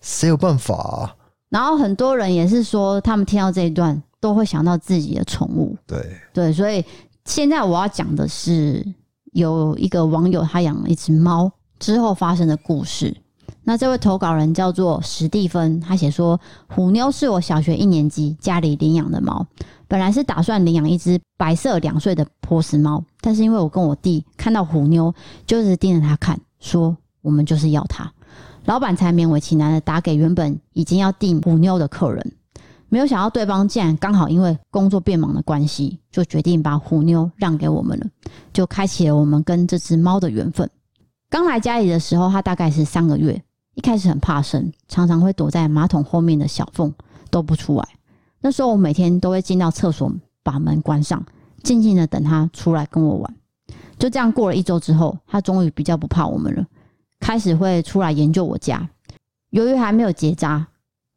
谁有办法、啊？
然后很多人也是说，他们听到这一段都会想到自己的宠物，
对，
对，所以现在我要讲的是有一个网友他养了一只猫之后发生的故事。那这位投稿人叫做史蒂芬，他写说：“虎妞是我小学一年级家里领养的猫，本来是打算领养一只白色两岁的波斯猫，但是因为我跟我弟看到虎妞，就是盯着它看，说我们就是要它。老板才勉为其难的打给原本已经要订虎妞的客人，没有想到对方竟然刚好因为工作变忙的关系，就决定把虎妞让给我们了，就开启了我们跟这只猫的缘分。刚来家里的时候，它大概是三个月，一开始很怕生，常常会躲在马桶后面的小缝都不出来。那时候我每天都会进到厕所，把门关上，静静的等它出来跟我玩。就这样过了一周之后，它终于比较不怕我们了，开始会出来研究我家。由于还没有结扎，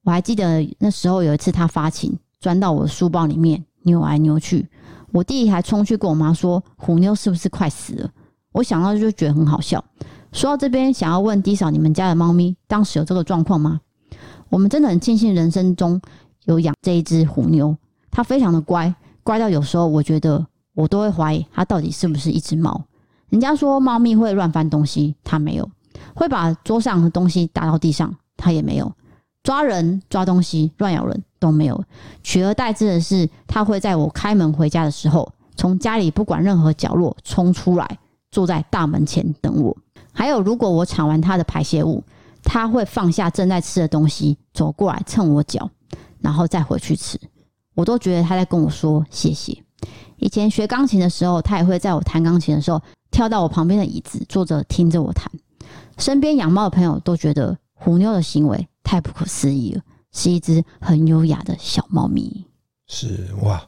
我还记得那时候有一次他发情，钻到我的书包里面扭来扭去，我弟还冲去跟我妈说虎妞是不是快死了？我想到就觉得很好笑。说到这边，想要问迪嫂，你们家的猫咪当时有这个状况吗？我们真的很庆幸人生中有养这一只虎妞，它非常的乖，乖到有时候我觉得我都会怀疑它到底是不是一只猫。人家说猫咪会乱翻东西，它没有；会把桌上的东西打到地上，它也没有。抓人、抓东西、乱咬人都没有，取而代之的是，它会在我开门回家的时候，从家里不管任何角落冲出来，坐在大门前等我。还有，如果我铲完它的排泄物，它会放下正在吃的东西，走过来蹭我脚，然后再回去吃。我都觉得它在跟我说谢谢。以前学钢琴的时候，它也会在我弹钢琴的时候跳到我旁边的椅子，坐着听着我弹。身边养猫的朋友都觉得虎妞的行为太不可思议了，是一只很优雅的小猫咪。
是哇，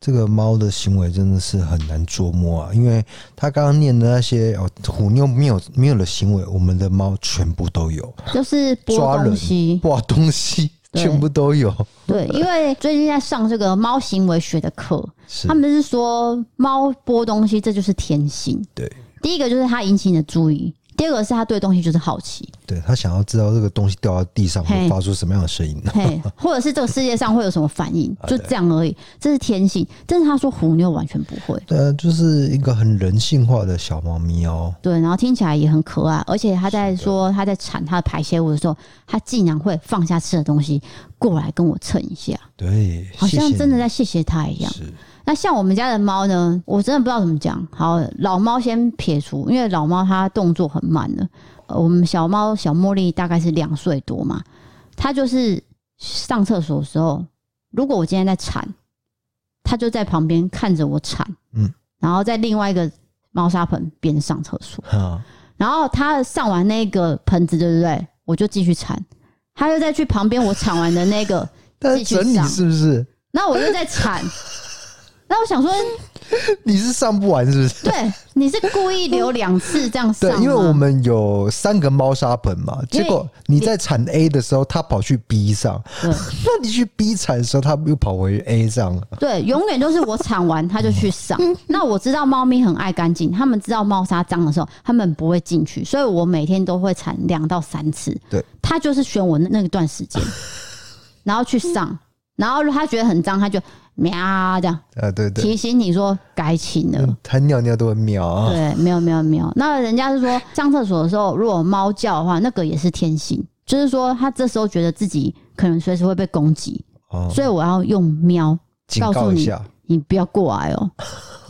这个猫的行为真的是很难捉摸啊，因为他刚刚念的那些哦，虎妞没有没有的行为，我们的猫全部都有，
就是剥
抓人
东西，
哇，东西
对
全部都有，
对，因为最近在上这个猫行为学的课，
是
他们是说猫剥东西这就是天性。
对。
第一个就是它引起你的注意，第二个是它对东西就是好 奇，
对他想要知道这个东西掉到地上会
嘿
发出什么样的声音呢？
嘿，或者是这个世界上会有什么反应，就
对
这样而已，这是天性。但是他说虎妞完全不会，
呃，就是一个很人性化的小猫咪哦。
对，然后听起来也很可爱，而且他在说他在铲他的排泄物的时候，他竟然会放下吃的东西过来跟我蹭一下，
对，
好
谢谢
像
你
真的在谢谢他一样。
是
那像我们家的猫呢，我真的不知道怎么讲。好，老猫先撇除，因为老猫它动作很慢的。呃我们小猫小茉莉大概是两岁多嘛，它就是上厕所的时候，如果我今天在铲，它就在旁边看着我铲，
嗯，
然后在另外一个猫砂盆边上厕所。
哈，
然后他上完那个盆子，对不对？我就继续铲，他又再去旁边我铲完的那个，
但
继
是
续
整理
上
是不是？
然后我又在铲。那我想说，
你是上不完是不是？
对，你是故意留两次这样
对
上，吗？
因为我们有三个猫砂盆嘛，
因为
结果你在铲 A 的时候，它跑去 B 上，
对
那你去 B 铲的时候，它又跑回 A 上了。
对，永远都是我铲完它就去 上。那我知道猫咪很爱干净，它们知道猫砂脏的时候，它们不会进去，所以我每天都会铲两到三次。
对，
它 就是选我那那一段时间，然后去上，然后它觉得很脏，它就喵这样
啊，对对，
提醒你说该请了。
嗯它尿尿都会秒啊，
对，没有没有没有。那人家是说上厕所的时候，如果猫叫的话，那个也是天性，就是说它这时候觉得自己可能随时会被攻击，
哦，
所以我要用喵，
警
告诉
告一
你
下，
你不要过来哦。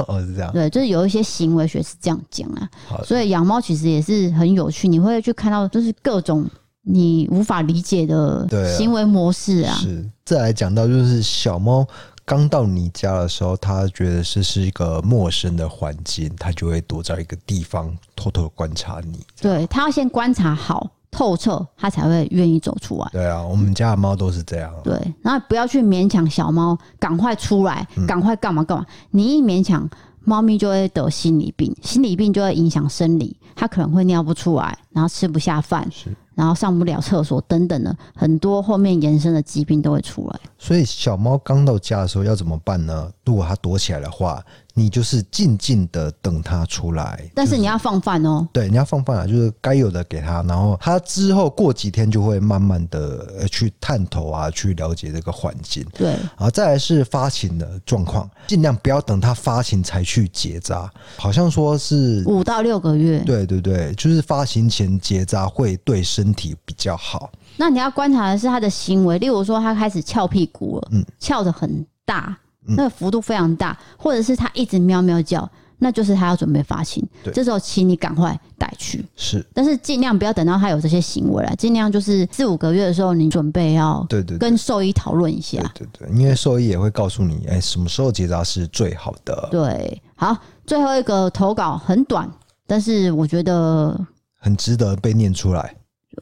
哦是这样，
对，就是有一些行为学是这样讲啊
好，
所以养猫其实也是很有趣，你会去看到就是各种你无法理解的
对啊
行为模式啊。
是，再来讲到就是小猫刚到你家的时候，它觉得这是一个陌生的环境，它就会躲在一个地方偷偷的观察你。
对，它要先观察好透彻，它才会愿意走出来。
对啊，我们家的猫都是这样啊。
对，然后不要去勉强小猫，赶快出来，赶快干嘛干嘛。你一勉强，猫咪就会得心理病，心理病就会影响生理，它可能会尿不出来，然后吃不下饭
是，
然后上不了厕所等等的，很多后面延伸的疾病都会出来。
所以小猫刚到家的时候要怎么办呢？如果它躲起来的话，你就是静静的等它出来。
但
就是
你要放饭哦、
对，你要放饭啊，就是该有的给它，然后它之后过几天就会慢慢的去探头啊，去了解这个环境。
对，
啊，再来是发情的状况，尽量不要等它发情才去结扎。好像说是，
五到六个月。
对对对，就是发情前结扎会对身体比较好。
那你要观察的是它的行为，例如说它开始翘屁股了，
嗯
翘的很大，那个幅度非常大，或者是它一直喵喵叫，那就是它要准备发情
对。
这时候，请你赶快带去，
是，
但是尽量不要等到它有这些行为了，尽量就是四五个月的时候，你准备要
对对对
跟兽医讨论一下。
对对，因为兽医也会告诉你，哎、什么时候结扎是最好的，
对，好，最后一个投稿很短，但是我觉得
很值得被念出来。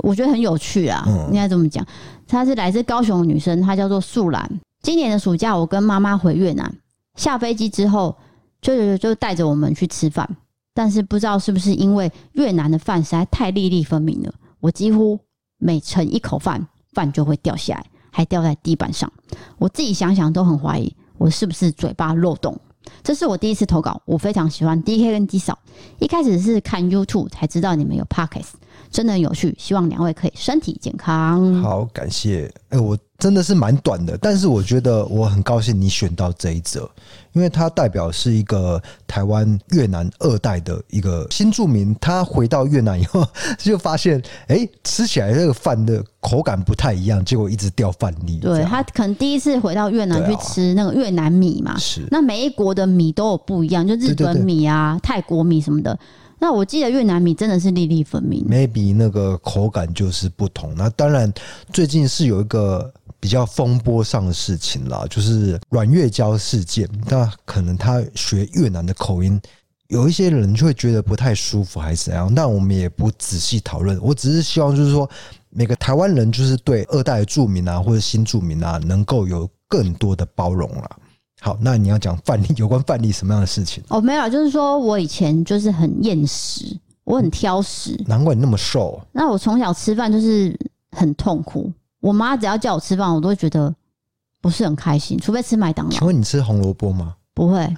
我觉得很有趣啊，
嗯
应该这么讲。她是来自高雄的女生，她叫做素兰。今年的暑假，我跟妈妈回越南，下飞机之后，舅舅就带着我们去吃饭，但是不知道是不是因为越南的饭实在太粒粒分明了，我几乎每盛一口饭，饭就会掉下来，还掉在地板上。我自己想想都很怀疑，我是不是嘴巴漏洞？这是我第一次投稿，我非常喜欢 DK 跟 D 嫂。一开始是看 YouTube 才知道你们有 Podcast，真的很有趣，希望两位可以身体健康。
好，感谢。哎、我真的是蛮短的，但是我觉得我很高兴你选到这一则，因为它代表是一个台湾越南二代的一个新住民，他回到越南以后 就发现，哎、吃起来这个饭的口感不太一样，结果一直掉饭粒。这
对
样
他可能第一次回到越南
对
去
啊
吃那个越南米嘛，
是
那每一国的米都有不一样，就日
对对
本
对
米啊、泰国米什么的。那我记得越南米真的是粒粒分明，
maybe 那个口感就是不同。那当然，最近是有一个比较风波上的事情啦，就是阮月娇事件。那可能他学越南的口音，有一些人就会觉得不太舒服，还是怎样。但我们也不仔细讨论，我只是希望就是说，每个台湾人就是对二代的住民啊，或者新住民啊，能够有更多的包容啦。好，那你要讲范例，有关范例什么样的事情？
哦，没有，就是说我以前就是很厌食，我很挑食，
难怪你那么瘦，
那我从小吃饭就是很痛苦。我妈只要叫我吃饭，我都会觉得不是很开心，除非吃麦当
请
劳，
问你吃红萝卜吗？
不 会。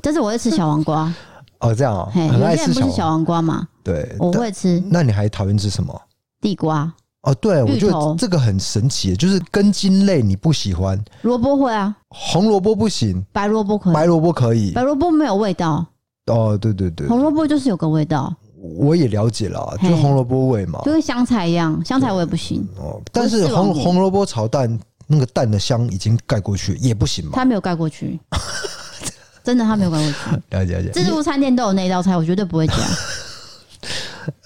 但是我会吃小黄瓜，
哦，这样哦，
嘿，有
很爱
些人
吃
不
小
是
黄
小黄瓜嘛，
对，
我
但
会吃
那你还讨厌吃什么？
地瓜、
哦，对，我
芋
觉得
头
这个很神奇，就是根茎类你不喜欢，
萝卜会啊，
红萝卜不行，
白萝卜可以，
白萝卜可以
白。萝卜没有味道，
哦，对对对，
红萝卜就是有个味道，
我也了解了，就
嘿
红萝卜味嘛
就。跟香菜一样，香菜我也不行，
哦，但是
我是王
红
子
红萝卜炒蛋那个蛋的香已经盖过去，也不行嘛。
它没有盖过 去，真的它没有盖过去。
了解了解
自。助餐店都有那一道菜，我绝对不会加，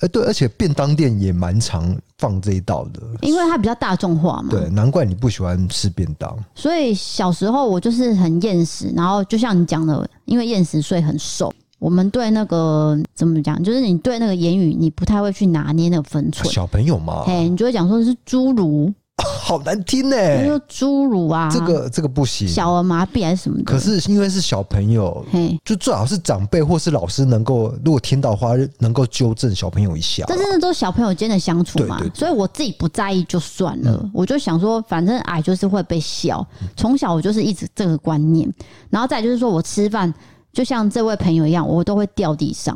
呃，对，而且便当店也蛮常放这一道的。
因为它比较大众化嘛。
对，难怪你不喜欢吃便当。
所以小时候我就是很厌食，然后就像你讲的，因为厌食所以很瘦。我们对那个怎么讲，就是你对那个言语，你不太会去拿捏那个分寸。
小朋友嘛，
哎、你就会讲说是侏儒，
好难听呢、
就说侏儒哎啊，
哎这个这个不行。
小儿麻痹还是什么的。
嗯可，是因为是小朋友，
嘿，
就最好是长辈或是老师能够，如果听到的话，能够纠正小朋友一下啦。
这真的都小朋友间的相处嘛
对对，嗯对
所以我自己不在意就算了。我就想说，反正矮就是会被笑，
嗯
从小我就是一直这个观念。然后再
哦
就是说我吃饭，就像这位朋友一样，我都会掉地上，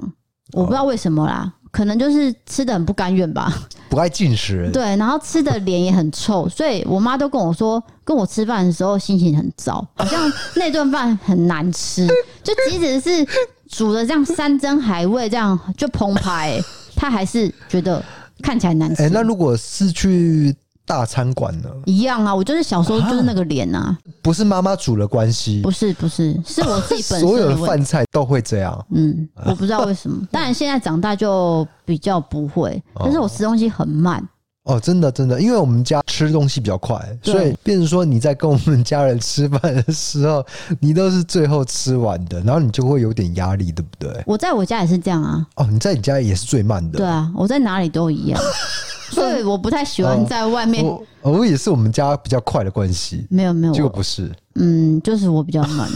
我不知道为什么啦，可能就是吃的很不甘愿吧。
不爱进食，
对，然后吃的脸也很臭，所以我妈都跟我说，跟我吃饭的时候心情很糟，好像那顿饭很难吃，就即使是煮的这样山珍海味这样就澎湃、欸，她还是觉得看起来难吃。
哎、那如果是去大餐馆呢？
一样啊，我就是小时候就是那个脸啊，
不是妈妈煮的关系
不，是不是，是我自己本身
所有
的
的
问
饭
题。
菜都会这样。
嗯，我不知道为什么，当然现在长大就比较不会，但是我吃东西很慢，
哦，真的真的，因为我们家吃东西比较快，
对
所以变成说你在跟我们家人吃饭的时候， 你都是最后吃完的，然后你就会有点压力，对不对？
我在我家也是这样啊，
哦，你在你家也是最慢的。
对啊，我在哪里都一 样，所以我不太喜欢在外面。
我我也是我们家比较快的关系，
没有没有，
结果
我
不是。
嗯，就是我比较 慢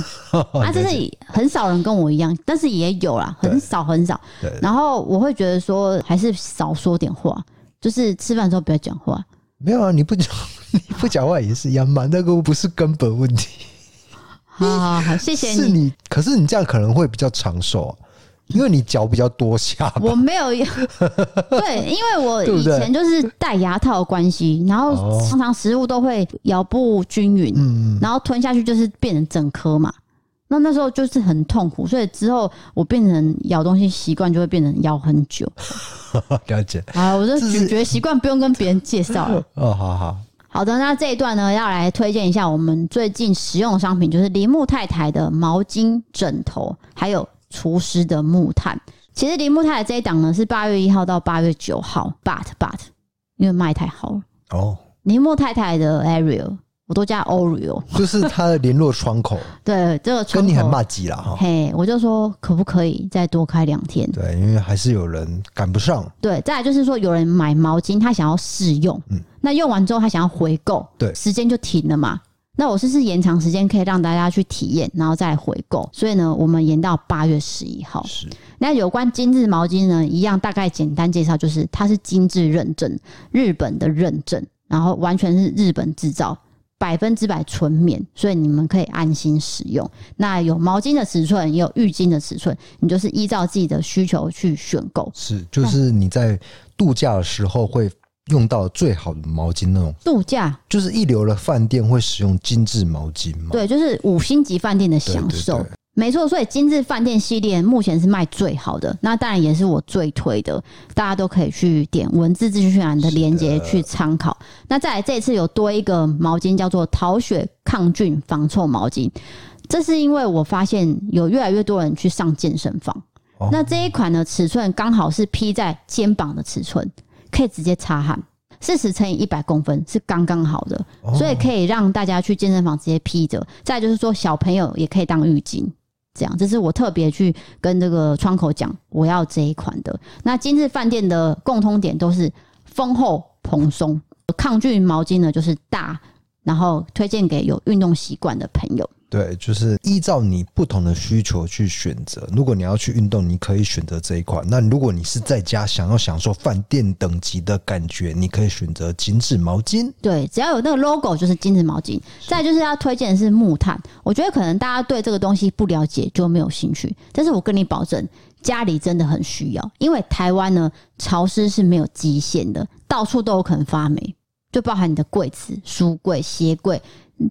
啊，就
了
是很少人跟我一样，但是也有啦，
对
很少很少。
对
然后我会觉得说，还是少说点话，就是吃饭的时候不要讲 话。
没有啊，你不讲 你不讲话也是一样慢，那个不是根本问题。
好好好，谢谢
是
你。
你，可是你这样可能会比较长寿、啊，因为你脚比较多下 吧。
我没有， 对，因为我
对不
以
对
前就是戴牙套的关系，然后
哦
常常食物都会咬不均匀，
嗯，
然后吞下去就是变成整颗嘛。那那时候就是很痛苦，所以之后我变成咬东西习惯就会变成咬很久。
了解。
啊，我的
这是
咀嚼习惯不用跟别人介绍了。
哦，好好，
好的，那这一段呢，要来推荐一下我们最近使用的商品，就是铃木太太的毛巾、枕头，还有厨师的木炭。其实铃木太太这一档呢是八月一号到八月九号，but but，因为卖太好了。
哦，
铃木太太的 Ariel，我都叫 Oreo。
就是他的联络窗口
对，这个 窗
跟你
口
很骂哦鸡啦哈。
嘿，我就说可不可以再多开两天？
对，因为还是有人赶不上。
对，再来就是说，有人买毛巾，他想要试用，
嗯
那用完之后他想要回购，
对
时间就停了嘛。那我是不是延长时间，可以让大家去体验，然后再来回购？所以呢，我们延到八月十一号。
是，
那有关精致毛巾呢，一样大概简单介绍，就是它是精致认证，日本的认证，然后完全是日本制造，百分之百纯棉，所以你们可以安心使用。那有毛巾的尺寸，也有浴巾的尺寸，你就是依照自己的需求去选购。
是，就是你在度假的时候会用到最好的毛巾那种，
度假
就是一流的饭店会使用精致毛巾嘛。
对，就是五星级饭店的享受。
对对对
没错，所以精致饭店系列目前是卖最好的，那当然也是我最推的，大家都可以去点文字资讯栏的链接去参考。那再来这一次有多一个毛巾叫做逃雪抗菌防臭毛巾，这是因为我发现有越来越多人去上健身房，
哦
那这一款呢尺寸刚好是披在肩膀的尺寸，可以直接擦汗。四十乘以一百公分是刚刚好的，
哦
所以可以让大家去健身房直接披着。再来就是说，小朋友也可以当浴巾，这样这是我特别去跟这个窗口讲，我要这一款的。那今日饭店的共通点都是丰厚蓬松，抗菌毛巾呢就是大，然后推荐给有运动习惯的朋友。
对，就是依照你不同的需求去选择。如果你要去运动，你可以选择这一款；那如果你是在家想要享受饭店等级的感觉，你可以选择精致毛巾。
对，只要有那个 logo 就是金子毛巾。再来就是要推荐的是木炭，我觉得可能大家对这个东西不了解就没有兴趣，但是我跟你保证，家里真的很需要，因为台湾呢潮湿是没有极限的，到处都有可能发霉，就包含你的柜子、书柜、鞋柜，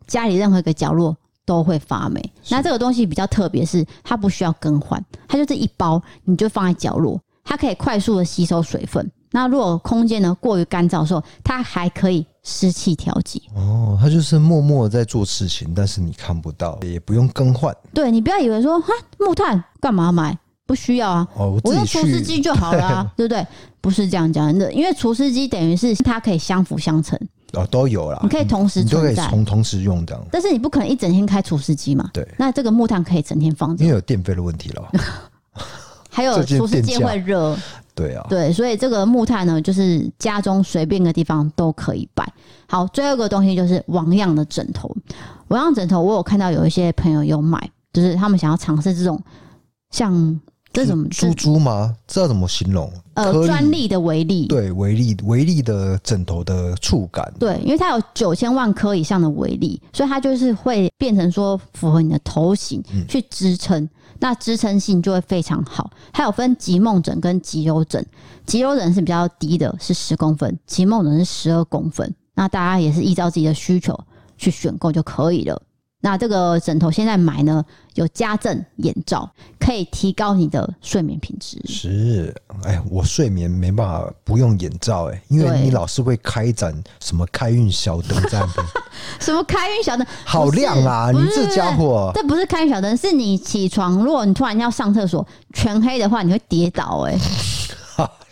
家里任何一个角落。都会发霉。那这个东西比较特别，是它不需要更换，它就是一包，你就放在角落，它可以快速的吸收水分。那如果空间呢过于干燥的时候，它还可以湿气调节。
哦，它就是默默在做事情，但是你看不到，也不用更换。
对你不要以为说哈木炭干嘛买，不需要啊，
哦，我
我
自
用
己
除湿
去
机就好了、啊， 对不对？不是这样讲的，因为除湿机等于是它可以相辅相成，
哦都有啦
你，可以同时
你都可
存
以
在，
从同时用的，
但是你不可能一整天开除湿机嘛。
对
那这个木炭可以整天放
因
着，
为有电费的问题 了。
还有
这件
除湿机
电价
会热，
对啊，
对，所以这个木炭呢，就是家中随便一个地方都可以摆。好，最后一个东西就是王样的枕头。王样枕头，我有看到有一些朋友有买，就是他们想要尝试这种像这种
猪猪吗？这要怎么形容？
呃
颗粒
专利的为例，
对维力维力的枕头的触感，
对，因为它有九千万颗以上的微粒，所以它就是会变成说符合你的头型去支撑，那支撑性就会非常好。它有分极梦枕跟极柔枕，极柔枕是比较低的，是十公分，极梦枕是十二公分。那大家也是依照自己的需求去选购就可以了。那这个枕头现在买呢，有加赠眼罩，可以提高你的睡眠品质。
是，哎，我睡眠没办法不用眼罩、哎，因为
对
你老是会开展什么开运小灯在那边，
什么开运小灯？
好亮啊！
不
你
是
这家伙，
这不是开运小灯，是你起床，如果你突然要上厕所，全黑的话，你会跌倒、 欸。哎，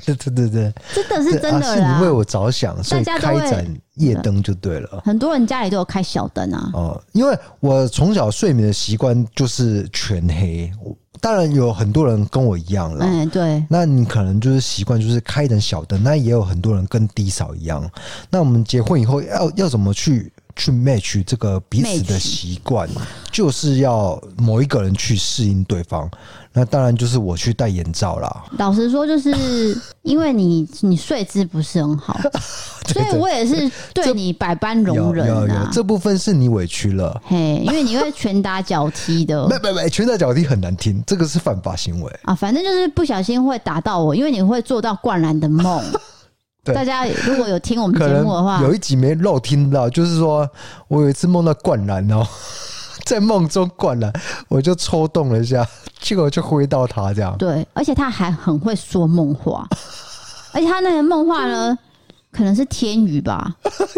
对对对对，
真的是
对
真
啊
的
是
啦
你。为我着想，所以
大家
开
都会
展夜灯就对了。
很多人家里都有开小灯啊，
哦、因为我从小睡眠的习惯就是全黑，我当然有很多人跟我一样了。
嗯，对，
那你可能就是习惯，就是开一点小灯。那也有很多人跟低嫂一样。那我们结婚以后要要怎么去去 match 这个彼此的
Match
习惯，就是要某一个人去适应对方。那当然就是我去戴眼罩啦。
老实说，就是因为你你睡姿不是很 好，所以我也是对你百般容
有
忍
有有
啊，。
这部分是你委屈了。
嘿，因为你会拳打脚踢的
没没没，拳打脚踢很难听，这个是犯法行为。
啊，反正就是不小心会打到我，因为你会做到灌篮的梦。
对
大家如果有听我们
可
节
能
目的话，
有一集没漏听到，就是说我有一次梦到灌篮哦， 在梦中灌篮，我就抽动了一下，结果就挥到他这样。
对，而且他还很会说梦 话，而且他那个梦话呢，可能是天语吧，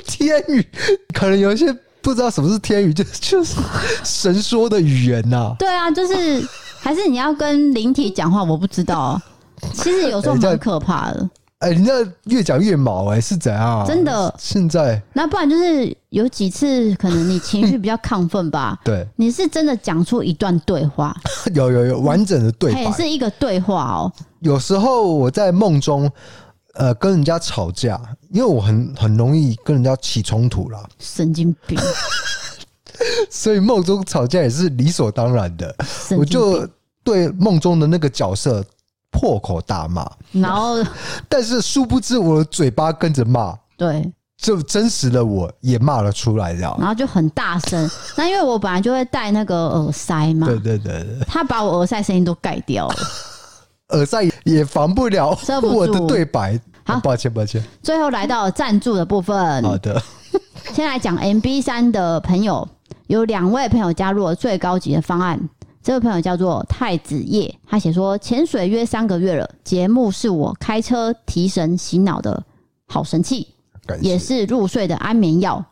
天语可能有一些不知道什么是天语，就就是神说的语言呐、
对啊，就是还是你要跟灵体讲话，我不知道。其实有时候
哎这样
蛮可怕的，
哎、你那越讲越毛哎、是怎样啊？
真的
现在，
那不然就是有几次可能你情绪比较亢奋吧
对，
你是真的讲出一段对话，
有有有完整的对
它也
白。
是一个对话哦，
有时候我在梦中，呃，跟人家吵架，因为我很很容易跟人家起冲突啦。
神经病，
所以梦中吵架也是理所当然的。
神
我
经病。
就对梦中的那个角色破口大骂，
然后
但是殊不知我的嘴巴跟着骂，
对，
就真实的我也骂了出来，这样。
然后就很大声。那因为我本来就会戴那个耳塞嘛，
对对对对，
他把我耳塞声音都盖掉了。
耳塞也防不了
遮不住
我的对白。
好嗯
抱歉抱歉。
最后来到赞助的部分，
好的，
先来讲 MB 三的朋友，有两位朋友加入了最高级的方案。这位朋友叫做太子叶，他写说潜水约三个月了，节目是我开车提神醒脑的好神器，
感
也
谢。
是入睡的安眠药，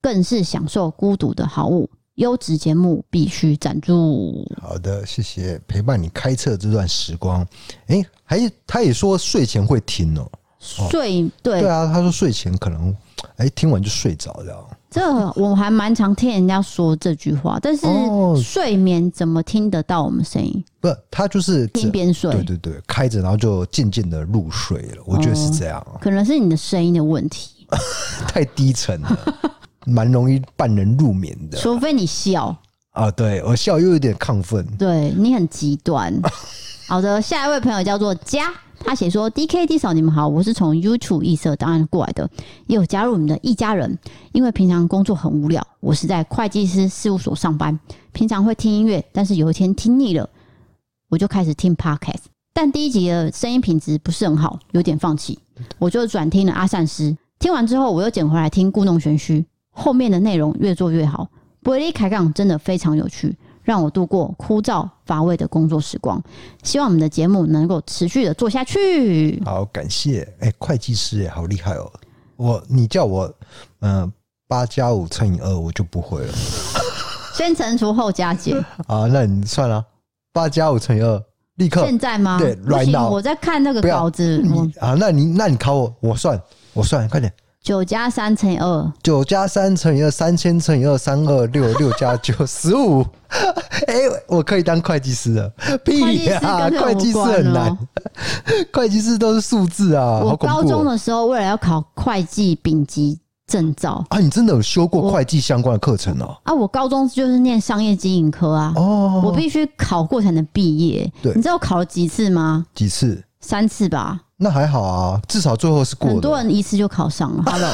更是享受孤独的好物。优质节目必须赞助。
好的，谢谢陪伴你开车这段时光。哎、还他也说睡前会听哦、
睡
对
对，
啊，他说睡前可能哎、听完就睡着这样。
这我还蛮常听人家说这句话，但是
哦
睡眠怎么听得到我们声音？
不，他就是啊
听边睡，
对对对，开着然后就渐渐的入睡了，我觉得是这样，
可能是你的声音的问题，
太低沉了， 蛮容易伴人入眠的
除非你笑，
啊。对我笑又有点亢奋，
对你很极 端。好的，下一位朋友叫做佳，他写说：“D K D 嫂，你们好，我是从 YouTube 异色档案过来的，也有加入你们的一家人。因为平常工作很无聊，我是在会计师事务所上班，平常会听音乐，但是有一天听腻了，我就开始听 Podcast。但第一集的声音品质不是很好，有点放弃，我就转听了阿善师。听完之后，我又捡回来听故弄玄虚，后面的内容越做越好。伯利开杠真的非常有趣，让我度过枯燥乏味的工作时光。希望我们的节目能够持续的做下去。
好感谢。哎、会计师哎，好厉害哦！我你叫我嗯、八加五乘以二，我就不会了
先乘除后加 减，
啊。那你算了，八加五乘以二，立刻
现在吗？
对
不
right
行，
now
我在看那个
不要
稿子。哦我
你啊。那你那你考我，我算我算，快点。
九加三乘以二，
九加三乘以二，三千乘以二，三二六，六加九，十五。 哎，我可以当会计师了，屁呀、会
会
计
计
师
师
很
跟这个无关
难
哦，
会计师都是数字啊，好
我
恐怖
高中
哦、
的时候为了要考会计丙级证照
啊，你真的有修过会计相关的课程哦？
啊。我高中就是念商业经营科啊，
哦，
我必须考过才能毕业。
对
你知道我考了几次吗？
几次？
三次吧。
那还好啊，至少最后是过
很多
的。
人一次就考上了。Hello。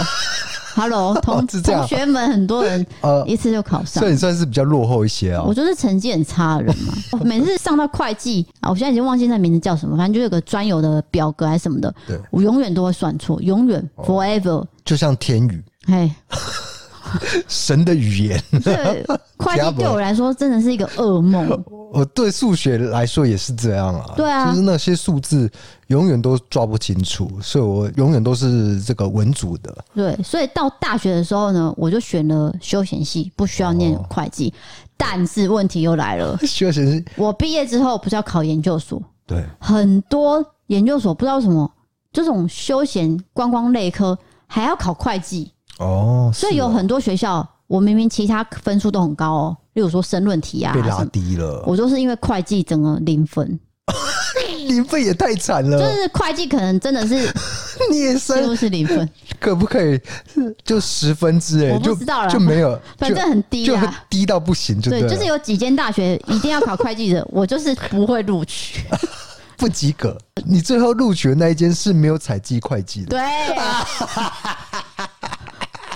Hello，同
是这样
同学们很多人
呃，
一次就考上
所以，你算是比较落后一些啊
我。就是成绩很差的人 嘛。我每次上到会计啊，我现在已经忘记那名字叫什么，反正就有个专有的表格还是什么的
对，哦
我永远都会算错，永远 forever。
就像天语，
哎，
神的语言，
所 以会计对我来说真的是一个噩梦。
我呃对数学来说也是这样啊。
对啊
就是那些数字永远都抓不清楚，所以我永远都是这个文组的。
对，所以到大学的时候呢，我就选了休闲系，不需要念
哦
会计。但是问题又来了，
休闲是，
我毕业之后不是要考研究所，
对，
很多研究所不知道为什么这种休闲观光类科还要考会计，
哦，
所以
是
有
哦
很多学校我明明其他分数都很高哦，例如说申论题啊
被
什
拉
么，
低了，
我就是因为会计整个零分，
零费也太惨
就
了。
是会计可能真的是
你也
几
生
乎是零 分，
可不可 以就十分之哎，
我不
就
知道啦
就没有，
反正很低
就就
啊。
低到不行，就
对，
了
就是有几间大学一定要考会计的， 我就是不会录取。
不及格。你最后录取的那一间是没有采集会计的。
对，啊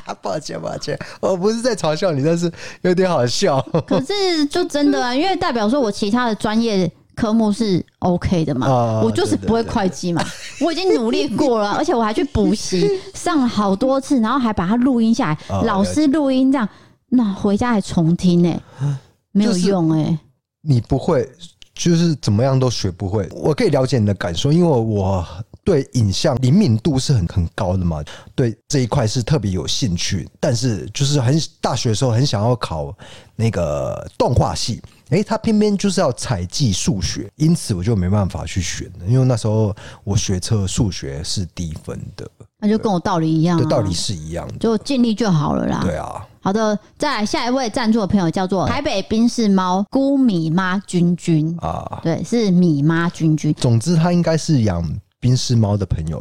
啊，抱歉抱歉，我不是在嘲笑你，但是有点好笑。
可是就真的啊，因为代表说我其他的专业科目是 OK 的嘛，
啊
我就是不会会计嘛， 我已经努力过 了，而且我还去补习，上了好多次，然后还把它录音下来，
啊
老师录音这样，那回家还重听呢、欸没有用哎、
你不会，就是怎么样都学不会。我可以了解你的感受，因为我对影像灵敏度是很很高的嘛，对这一块是特别有兴趣。但是就是很大学的时候很想要考那个动画系，诶、他偏偏就是要采集数学，因此我就没办法去选了，因为那时候我学测数学是低分的，
那就跟我道理一样、啊，
对，道理是一样的。
就尽力就好了啦。
对啊，
好的，再来下一位赞助的朋友叫做台北冰室猫姑米妈君君，
啊，
对，是米妈君君，
总之他应该是养冰室猫的朋友。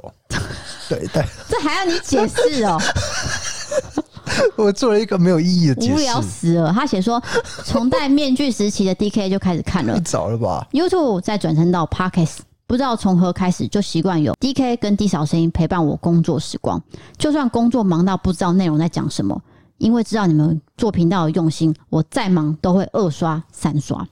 对，但
这还要你解释哦、
我做了一个没有意义的 解
无
释，
聊死了。他写说，从戴面具时期的 DK 就开始看了
太早了吧？
YouTube，再转身到 Podcast，不知道从何开始就习惯有 DK 跟 D 嫂声音陪伴我工作时光。就算工作忙到不知道内容在讲什么，因为知道你们做频道的用心，我再忙都会二刷三刷。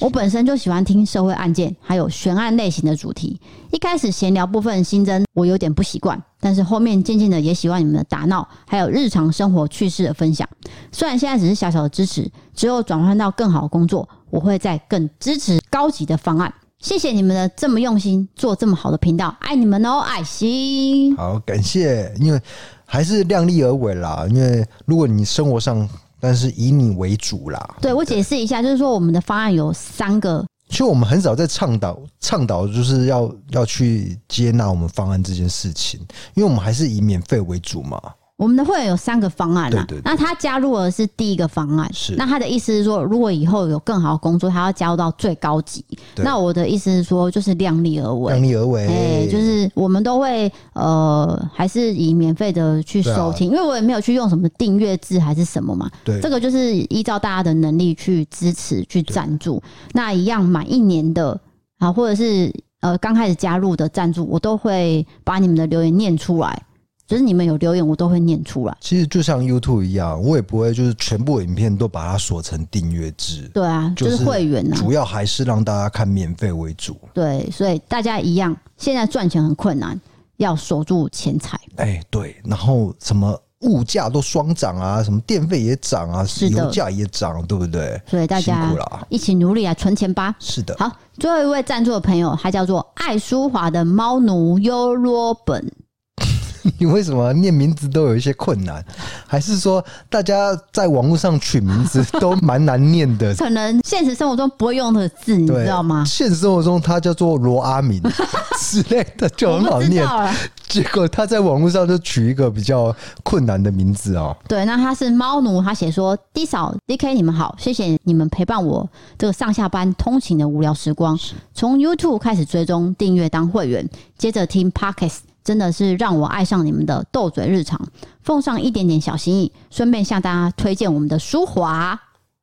我本身就喜欢听社会案件，还有悬案类型的主题。一开始闲聊部分新增，我有点不习惯，但是后面渐渐的也喜欢你们的打闹，还有日常生活趣事的分享。虽然现在只是小小的支持，只有转换到更好的工作，我会再更支持高级的方案。谢谢你们的这么用心，做这么好的频道，爱你们哦，爱心。
好，感谢，因为还是量力而为啦。因为如果你生活上，但是以你为主啦。
对我解释一下，就是说我们的方案有三个，
其实我们很少在倡导倡导，就是要要去接纳我们方案这件事情，因为我们还是以免费为主嘛。
我们的会员有三个方案啦。
对对对
那他加入的是第一个方案，
是
那他的意思是说，如果以后有更好的工作，他要加入到最高级。
对
那我的意思是说，就是量力而为
量。力而为，
哎、就是我们都会呃，还是以免费的去
对啊
收听，因为我也没有去用什么订阅制还是什么嘛。
对
这个就是依照大家的能力去支持、去赞助。那一样满一年的啊，或者是呃刚开始加入的赞助，我都会把你们的留言念出来，就是你们有留言，我都会念出来。
其实就像 YouTube 一样，我也不会就是全部影片都把它锁成订阅制，
对啊，
就
就是是会员呐、
主要还是让大家看免费为主。
对，所以大家一样，现在赚钱很困难，要守住钱财。
哎，对，然后什么物价都双涨啊，什么电费也涨啊，
是的
油价也涨，对不对？
所以大
辛
家
苦了啊
一起努力来存钱吧。
是的，
好，最后一位赞助的朋友，他叫做爱舒华的猫奴优罗本。
嗯你为什么念名字都有一些困难？还是说大家在网络上取名字都蛮难念的？
可能现实生活中不会用的字， 你
对，
知道吗？
现实生活中他叫做罗 阿敏之类的，就
我
很好
不知
念。
道了。啊
结果他在网络上就取一个比较困难的名字哦。
对，那他是猫奴，他写说：“D 嫂、DK，你们好，谢谢你们陪伴我这个上下班通勤的无聊时光。从 YouTube 开始追踪、订阅当会员，接着听 Podcast，真的是让我爱上你们的斗嘴日常，奉上一点点小心意，顺便向大家推荐我们的舒华。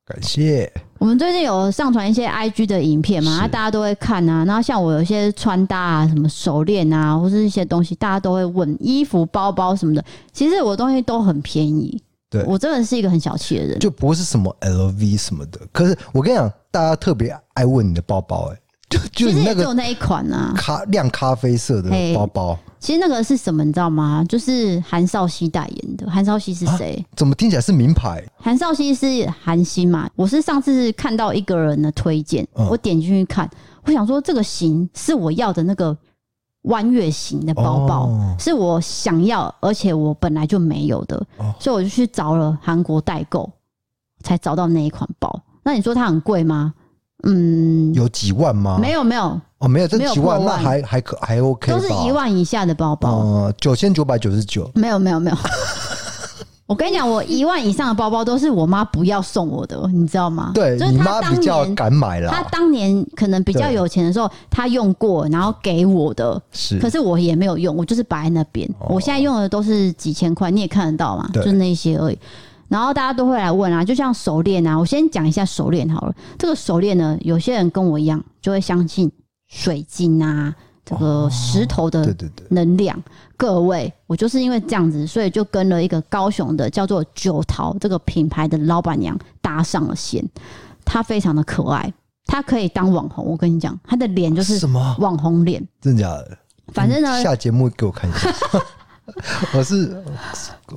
感谢，
我们最近有上传一些 IG 的影片嘛，
是
那大家都会看啊。然后像我有一些穿搭啊、什么手链啊，或是一些东西，大家都会问衣服、包包什么的。其实我东西都很便宜，
对
我真的是一个很小气的人。
就不是什么 LV 什么的。可是我跟你讲，大家特别爱问你的包包、欸，哎，就就
其实
你那
也只
个
有那一款啊。
咖亮咖啡色的
嘿
包包，
其实那个是什么，你知道吗？就是韩少熙代言的。韩少熙是谁？
怎么听起来是名牌？
韩少熙是韩星嘛？我是上次看到一个人的推荐，
嗯
我点进去看，我想说这个型是我要的那个弯月型的包包，
哦
是我想要，而且我本来就没有的，
哦
所以我就去找了韩国代购，才找到那一款包。那你说它很贵吗？嗯，
有几万吗？
没有没有，
哦，没有，这
没有
几万
破
那
万
还还可啊还 OK 吧？
都是一万以下的包包。哦
呃，九千九百九十九，
没有没有 没有，我跟你讲，我一万以上的包包都是我妈不要送我的，你知道吗？
对
就是
你
她
妈
当
比较
年，
敢买
她
啦，
当年可能比较
对
有钱的时候，她用过，然后给我的。
是
可是我也没有用，我就是摆在那边。
哦
我现在用的都是几千块，你也看得到嘛，
对
就那一些而已。然后大家都会来问啊，就像手链啊，我先讲一下手链好了。这个手链呢，有些人跟我一样，就会相信水晶啊，这个石头的
哦对对对，
能量。各位，我就是因为这样子，所以就跟了一个高雄的叫做九桃这个品牌的老板娘搭上了线。她非常的可爱，她可以当网红。我跟你讲，她的脸就是
什么？
网红脸。
真的假的？
反正呢
你，下节目给我看一下。 我是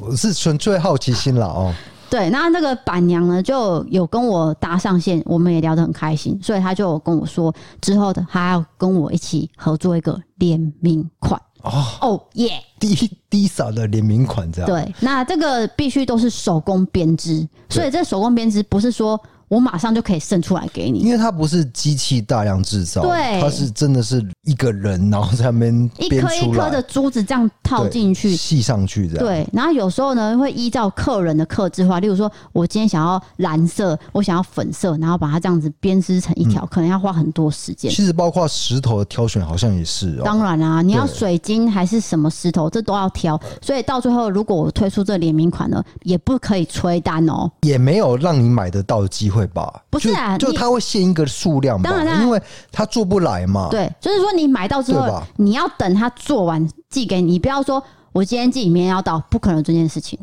我是纯粹好奇心啦哦，
对，那那个板娘呢，就有跟我搭上线，我们也聊得很开心，所以她就有跟我说，之后的她要跟我一起合作一个联名款。
哦，
哦耶！
低低傻的联名款这样，，
对，那这个必须都是手工编织，所以这手工编织不是说我马上就可以生出来给你。
因为它不是机器大量制造，
对
它是真的是一个人，然后在那边
一
编
颗一
出
颗
来
的珠子这样套
对啊
进去，
系上去这样，
对。然后有时候呢，会依照客人的客制化，例如说，我今天想要蓝色，我想要粉色，然后把它这样子编织成一条，
嗯
可能要花很多时间。
其实包括石头的挑选好像也是哦，
当然啦、你要
对
水晶还是什么石头，这都要挑。所以到最后，如果我推出这联名款呢，也不可以催单哦、
也没有让你买得到的机会吧？
不是啊
就就
你
它会限一个数量吧，
当然当然
因为它做不来嘛，
对，就是说你买到之
啊对
后
吧，
你要等他做完寄给你，你不要说我今天寄，明天要到，不可能这件事 情。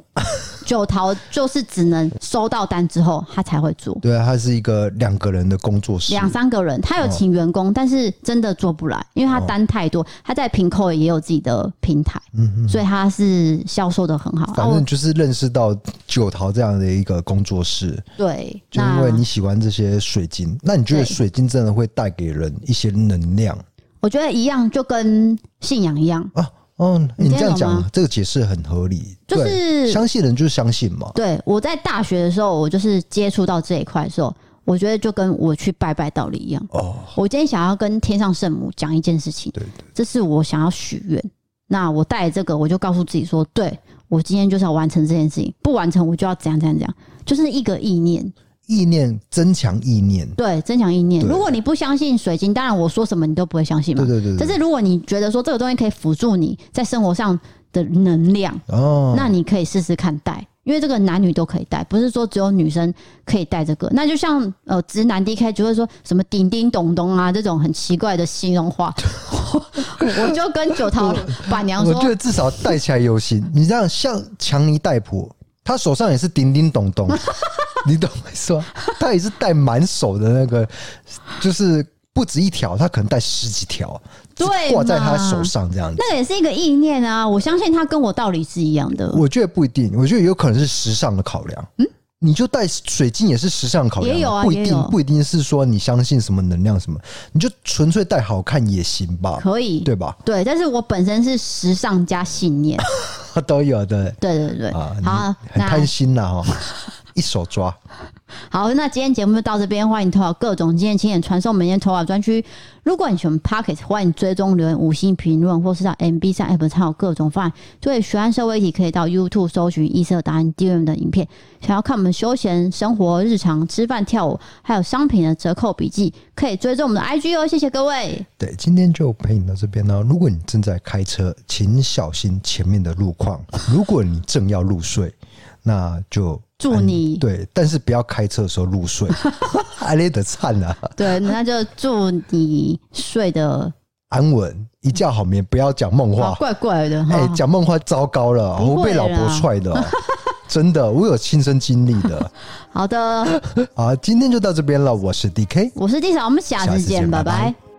九桃就是只能收到单之后，他才会做。
对，它是一个两个人的工作室，
两三个人，他有请员工，但是真的做不来，因为他单太
哦
多。他在平扣也有自己的平台，所以他是销售的很好。
嗯反
啊
正
我
就是认识到九桃这样的一个工作室，
对，
就
那
因为你喜欢这些水晶，那你觉得
对
水晶真的会带给人一些能量
我觉得一样，就跟信仰一样，
啊？哦，
你
你
听得
这样
懂
讲
吗，
这个解释很合理，
就
对
是
相信人就是相信嘛，
对，我在大学的时候，我就是接触到这一块的时候，我觉得就跟我去拜拜道理一样。
哦，
我今天想要跟天上圣母讲一件事情，
对对，
这是我想要许愿。那我带着这个，我就告诉自己说，对我今天就是要完成这件事情，不完成我就要怎样怎样怎样，就是一个意念，
意念增强意念，
对，增强意念。
对
如果你不相信水晶，当然我说什么你都不会相信嘛
对。对对，
但是如果你觉得说这个东西可以辅助你在生活上的能量，
哦，
那你可以试试看戴，因为这个男女都可以戴，不是说只有女生可以戴这个。那就像呃，直男 DK 就会说什么“叮叮咚咚”啊这种很奇怪的形容 话，我我就跟九桃板娘
我
说
觉，得至少戴起来有型。你这样像强尼戴普，他手上也是叮叮 咚咚，你懂我意思吗？他也是戴满手的那个，就是不止一条，他可能戴十几条，
对嘛
挂在他手上这样子。
那个也是一个意念啊，我相信他跟我道理是一样的。
我觉得不一定，我觉得有可能是时尚的考量。嗯。你就戴水晶也是时尚考量，
也有啊
不一
也
定
有
不一定是说你相信什么能量什么，你就纯粹戴好看也行吧，
可以，
对吧？
对，但是我本身是时尚加信念，
都有的
对对对，
啊，你
好，
很
那
贪心啦哈。一手抓。
好，那今天节目就到这边，欢迎投稿各种经验、亲眼传送门、每天投稿专区。如果你喜欢 Pocket，欢迎追踪留言、五星评论，或是到 MB 上 App 参考各种方案。对喜欢社会议题，可以到 YouTube 搜寻“异色答案 d m 的影片。想要看我们休闲生活、日常、吃饭、跳舞，还有商品的折扣笔记，可以追踪我们的 IG 哦。谢谢各位，
对，今天就陪你到这边哦呢。如果你正在开车，请小心前面的路况；如果你正要入睡，那就
祝你
对，但是不要开车的时候 入睡，阿累得惨啊！
对，那就祝你睡得
安稳，一觉好眠，不要讲梦
好
话。
怪怪的哈。
哎、讲梦话糟糕了，
不会
我被老婆
啦
踹的哦、真的，我有亲身经历 的。
好的，
好，今天就到这边了，我是 DK。
我是地嫂，我们下
下
次
次见
见，
拜
拜
拜
拜